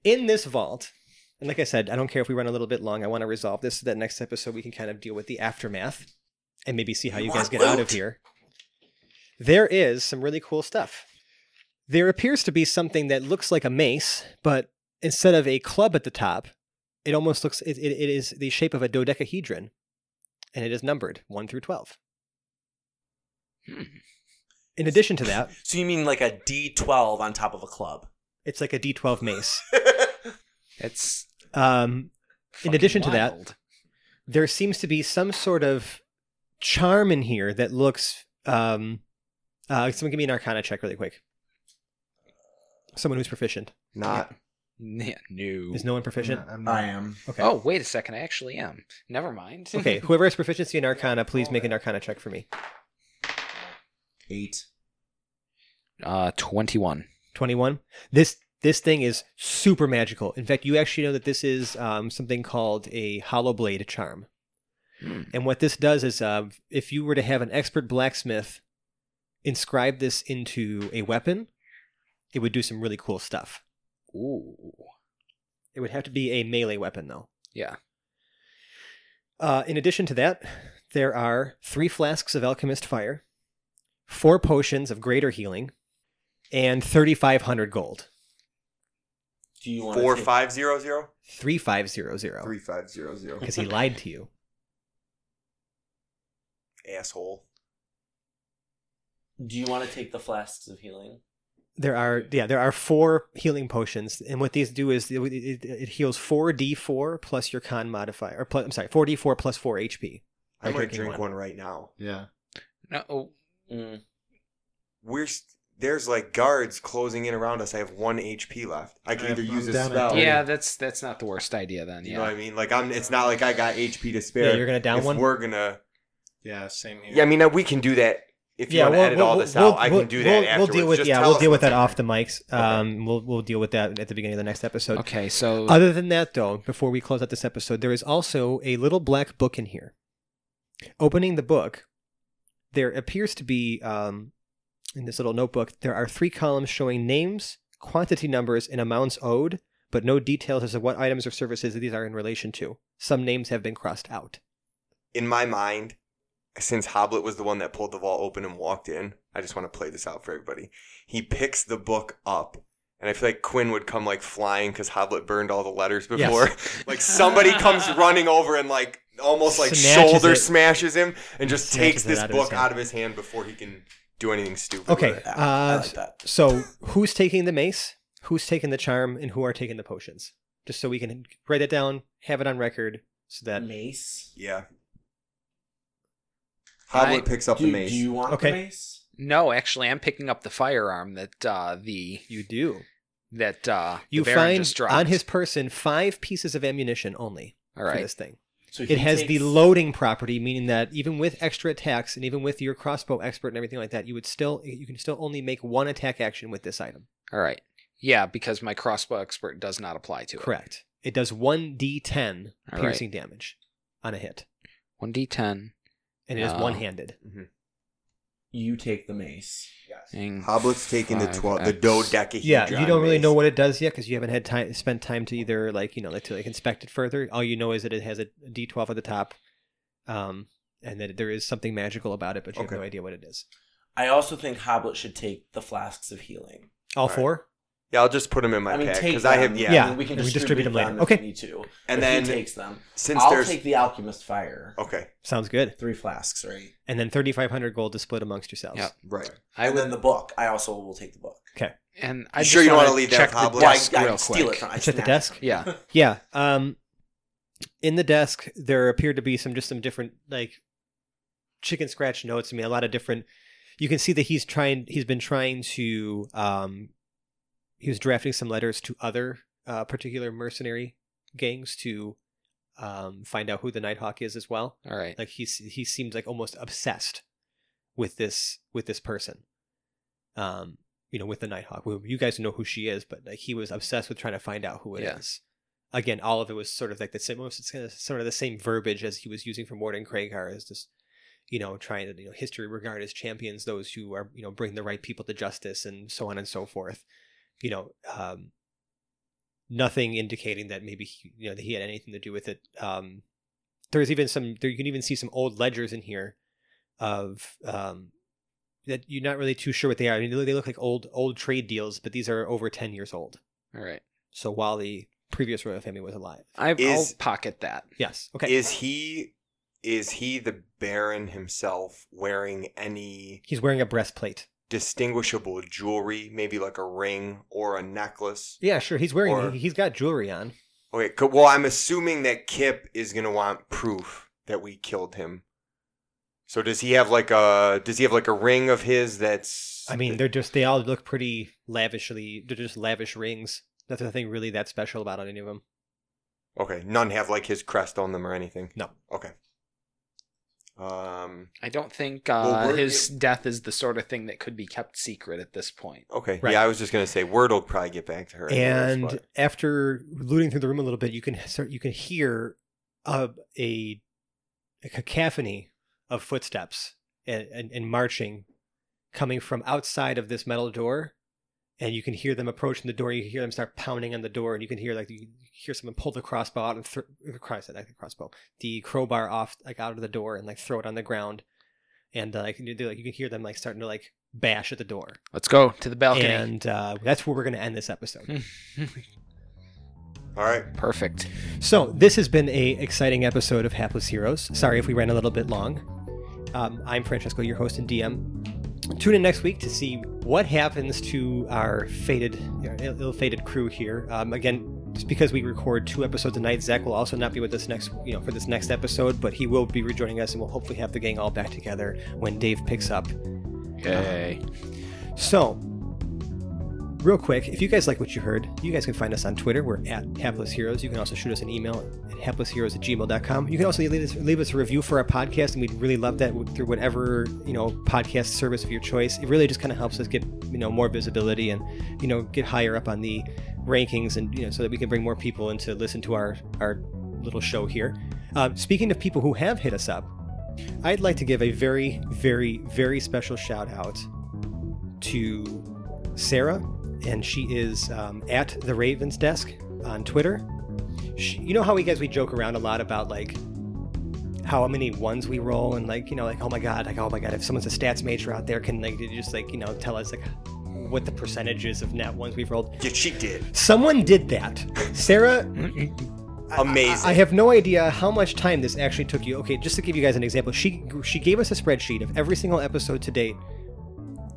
S2: In this vault, and like I said, I don't care if we run a little bit long. I want to resolve this so that next episode we can kind of deal with the aftermath and maybe see how you guys
S4: want
S2: get out of
S4: loot?
S2: here. There is some really cool stuff. There appears to be something that looks like a mace, but instead of a club at the top, it almost looks it, it, it is the shape of a dodecahedron, and it is numbered one through twelve. In addition to that,
S4: So you mean like a D12 on top of a <laughs> club?
S2: it's like a D twelve mace.
S1: It's
S2: Um, in addition to that,
S1: wild.
S2: there seems to be some sort of charm in here that looks um uh someone give me an arcana check really quick someone who's proficient
S4: Uh,
S3: not.
S1: <laughs> Yeah, no.
S2: is no one
S5: I'm
S2: proficient
S5: not, I'm not-
S4: I am.
S2: okay
S1: Oh, wait a second. I actually am. Never mind.
S2: okay whoever has proficiency in arcana please make an arcana check for me
S5: eight.
S1: <laughs> Uh, 21.
S2: 21 this this thing is super magical in fact you actually know that this is um, something called a hollow blade charm
S1: Hmm.
S2: and what this does is uh, if you were to have an expert blacksmith inscribe this into a weapon it would do some really cool stuff
S1: Ooh.
S2: It would have to be a melee weapon, though.
S1: Yeah.
S2: Uh, in addition to that, there are three flasks of alchemist fire, four potions of greater healing, and thirty-five hundred gold.
S4: Do you want
S3: Four
S4: take...
S3: five zero zero.
S2: Three <laughs> five zero zero.
S3: Three five zero zero.
S2: Because he lied to you.
S3: Asshole.
S4: Do you want to take the flasks of healing?
S2: There are yeah, there are four healing potions, and what these do is it, it, it heals four d four plus your con modifier, or plus, I'm sorry, four d four plus four HP.
S3: I
S2: By
S3: might
S2: drinking
S3: drink
S2: one.
S3: one right now.
S5: Yeah.
S1: No. oh,
S4: Mm.
S3: We're st- there's like guards closing in around us. I have one HP left. I can
S5: Yeah,
S3: either
S5: I'm
S3: use a
S5: down at
S3: spell.
S5: Oh,
S1: yeah, that's that's not the worst idea then.
S3: You know what I
S1: Yeah.
S3: mean? Like I'm. It's not like I got HP to spare.
S2: Yeah, you're gonna down
S3: if
S2: one.
S3: We're gonna.
S5: Yeah, same here.
S3: Yeah, I mean uh, we can do that. If you want to edit all this out, I can do that.
S2: We'll,
S3: afterwards.
S2: we'll deal with
S3: Just
S2: yeah,
S3: tell
S2: we'll
S3: us
S2: deal with that
S3: what's
S2: off the mics. Um, we'll we'll deal with that at the beginning of the next episode.
S1: Okay, so
S2: Other than that, though, before we close out this episode, there is also a little black book in here. Opening the book, there appears to be um, in this little notebook there are three columns showing names, quantity numbers, and amounts owed, but no details as to what items or services these are in relation to. Some names have been crossed out.
S3: in my mind, since Hoblet was the one that pulled the vault open and walked in, I just want to play this out for everybody. He picks the book up, and I feel like Quinn would come like flying because Hoblet burned all the letters
S2: Yes.
S3: before. <laughs> like somebody comes running over and like almost like
S2: Snatches
S3: shoulder
S2: it.
S3: smashes him and just
S2: Snatches
S3: takes
S2: it
S3: this
S2: out of his
S3: book
S2: hand.
S3: out of his hand before he can do anything stupid. with
S2: Okay,
S3: it.
S4: Yeah, I
S2: uh,
S4: like that.
S2: so who's taking the mace? Who's taking the charm? And who are taking the potions? Just so we can write it down, have it on record, so
S4: Mm.
S2: that
S4: mace.
S3: Yeah.
S1: I-
S3: Hoblet picks up
S4: Do,
S3: the
S4: you-
S3: mace.
S4: do you want
S2: Okay.
S4: the mace?
S1: no, actually, I'm picking up the firearm that uh, the
S2: you do.
S1: that uh,
S2: you
S1: the Baron
S2: find
S1: just dropped.
S2: on his person five pieces of ammunition only
S1: All
S2: for
S1: right.
S2: this thing.
S4: So
S2: It has the loading property, meaning that even with extra attacks and even with your crossbow expert and everything like that, you would still you can still only make one attack action with this item.
S1: All right. Yeah, because my crossbow expert does not apply to it.
S2: Correct. It does one d10
S1: All right.
S2: piercing damage on a hit,
S1: 1d10.
S2: and it is
S1: Oh.
S2: one handed.
S4: You take the mace.
S1: Dang.
S3: Hoblet's taking the
S1: Five
S3: twelve, the
S1: X.
S3: dodecahedron.
S2: Yeah, you don't really
S3: mace.
S2: know what it does yet because you haven't had time spent time to either like you know like to like inspect it further. All you know is that it has a d12 at the top, um, and that there is something magical about it, but you
S3: Okay.
S2: have no idea what it is.
S4: I also think Hoblet should take the flasks of healing.
S2: All
S3: All right.
S2: four.
S3: Yeah, I'll just put them in my
S4: I mean,
S3: pack
S4: take
S3: because I have
S4: them,
S3: yeah.
S2: Yeah.
S4: and we can
S2: we distribute
S4: distribute,
S2: them later.
S4: Them
S2: Okay.
S4: If we need to.
S3: And
S4: If
S3: then
S4: he takes them.
S3: since
S4: I'll
S3: there's
S4: take the alchemist fire.
S3: okay,
S2: Sounds good.
S4: Three flasks, right?
S2: And then 3,500 gold to split amongst yourselves.
S1: Yep.
S3: right.
S1: I
S4: and
S1: would,
S4: then the book. I also will take the book.
S1: and I
S3: You
S1: just
S3: sure you don't
S1: wanna
S3: wanna leave that
S1: check
S3: with
S1: the
S3: Hoblet?
S1: desk
S4: I, I
S1: real
S4: steal
S1: quick.
S4: it from. I
S2: It's at the
S4: snatch
S2: desk?
S4: it.
S1: Yeah.
S2: Yeah. Um, in the desk, there appeared to be some just some different like chicken scratch notes. I mean, a lot of different. You can see that he's trying. He's been trying to. Um, he was drafting some letters to other uh, particular mercenary gangs to um, find out who the Nighthawk is as well.
S1: All right.
S2: Like he's he seems like almost obsessed with this with this person. Um, you know, with the Nighthawk. Well, you guys know who she is, but like he was obsessed with trying to find out who it is.
S1: Yeah.
S2: Again, all of it was sort of like the same, almost it's kind of sort of the same verbiage as he was using for Morden Kragar, is just, you know, trying to you know history regard as champions those who are you know bring the right people to justice and so on and so forth. You know, um, nothing indicating that maybe he, you know that he had anything to do with it. Um, there's even some there you can even see some old ledgers in here of um, that you're not really too sure what they are. I mean, they look- they look like old old trade deals, but these are over ten years old.
S1: All right.
S2: So while the previous royal family was alive,
S1: I've,
S3: Is-
S1: I'll pocket that.
S2: yes, okay,
S3: Is he is he the Baron himself wearing any
S2: he's wearing a breastplate.
S3: distinguishable jewelry, maybe like a ring or a necklace?
S2: Yeah, sure, he's wearing
S3: Or-
S2: he, he's got jewelry on.
S3: Okay, co- well, I'm assuming that Kip is gonna want proof that we killed him. So does he have like a does he have like a ring of his that's
S2: I
S3: <laughs>
S2: mean, they're just they all look pretty lavishly. They're just lavish rings. That's nothing really that special about any of them.
S3: okay, none have like his crest on them or anything.
S2: No.
S3: Okay. Um.
S1: I don't think
S3: Well,
S1: uh,
S3: we're-
S1: his death is the sort of thing that could be kept secret at this point.
S3: Okay.
S2: Right.
S3: Yeah, I was just gonna say Word will probably get back to her. anyways,
S2: and
S3: but-
S2: after looting through the room a little bit, you can start you can hear a a, a cacophony of footsteps and, and, and marching coming from outside of this metal door, and you can hear them approaching the door. You can hear them start pounding on the door, and you can hear like you hear someone pull the crossbow out and throw cross not the crossbow the crowbar off like out of the door and like throw it on the ground, and uh, like you do, like you can hear them like starting to like bash at the door,
S1: Let's go to the balcony.
S2: and uh, that's where we're gonna end this episode.
S3: all right.
S1: Perfect.
S2: So this has been a exciting episode of Hapless Heroes. Sorry if we ran a little bit long. Um, I'm Francesco, your host and DM. Tune in next week to see what happens to our fated, our ill- ill-fated crew here. Um, again, just because we record two episodes a night, Zach will also not be with us next, you know, for this next episode, but he will be rejoining us, and we'll hopefully have the gang all back together when Dave picks up
S1: Yay.
S2: so, real quick, if you guys like what you heard, you guys can find us on Twitter. We're at Hapless Heroes. You can also shoot us an email at haplessheroes at gmail.com. You can also leave us, leave us a review for our podcast, and we'd really love that through whatever, you know, podcast service of your choice. It really just kind of helps us get, you know, more visibility and, you know, get higher up on the rankings and, you know, so that we can bring more people in to listen to our, our little show here. Um, speaking of people who have hit us up, I'd like to give a very, very, very special shout out to Sarah, and she is um, at the Ravens Desk on Twitter. She, you know how we guys we joke around a lot about like how many ones we roll and like you know like oh my god like oh my god if someone's a stats major out there can like just like you know tell us like what the percentages of net ones we've rolled.
S3: Yeah, she did.
S2: Someone did that. Sarah I-
S3: Amazing.
S2: I, I have no idea how much time this actually took you. Okay, just to give you guys an example, she she gave us a spreadsheet of every single episode to date,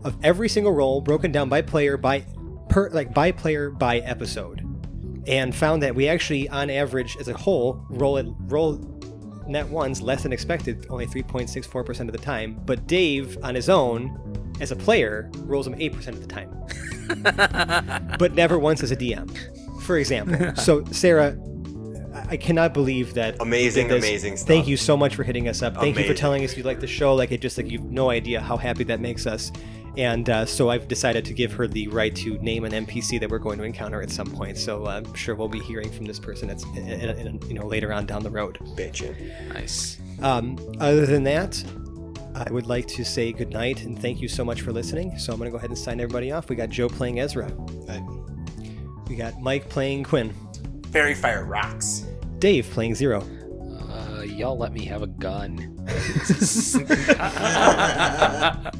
S2: of every single role broken down by player by per like by player by episode, and found that we actually on average as a whole roll it roll net ones less than expected only 3.64% of the time but dave on his own as a player rolls them 8% of the time
S3: <laughs>
S2: but never once as a dm for example so sarah I- i cannot believe that you did
S3: Amazing,
S2: this.
S3: amazing stuff.
S2: thank you so much for hitting us up thank you
S3: Amazing.
S2: for telling us you like the show like it just like you've no idea how happy that makes us and uh, so i've decided to give her the right to name an npc that we're going to encounter at some point so uh, i'm sure we'll be hearing from this person at, at, at, uh, you know later on down the road
S3: Bitchin'.
S1: Nice.
S2: um, other than that, I would like to say goodnight and thank you so much for listening. So I'm going to go ahead and sign everybody off. We got Joe playing Ezra. We got Mike playing Quinn.
S4: <laughs> Fairy Fire rocks.
S2: Dave playing Zero.
S1: Uh, y'all let me have a gun.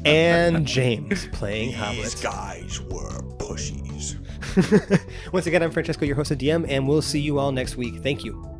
S2: And James playing
S3: These
S2: Hoblet.
S3: guys were pushies.
S2: <laughs> Once again, I'm Francesco, your host of DM, and we'll see you all next week. Thank you.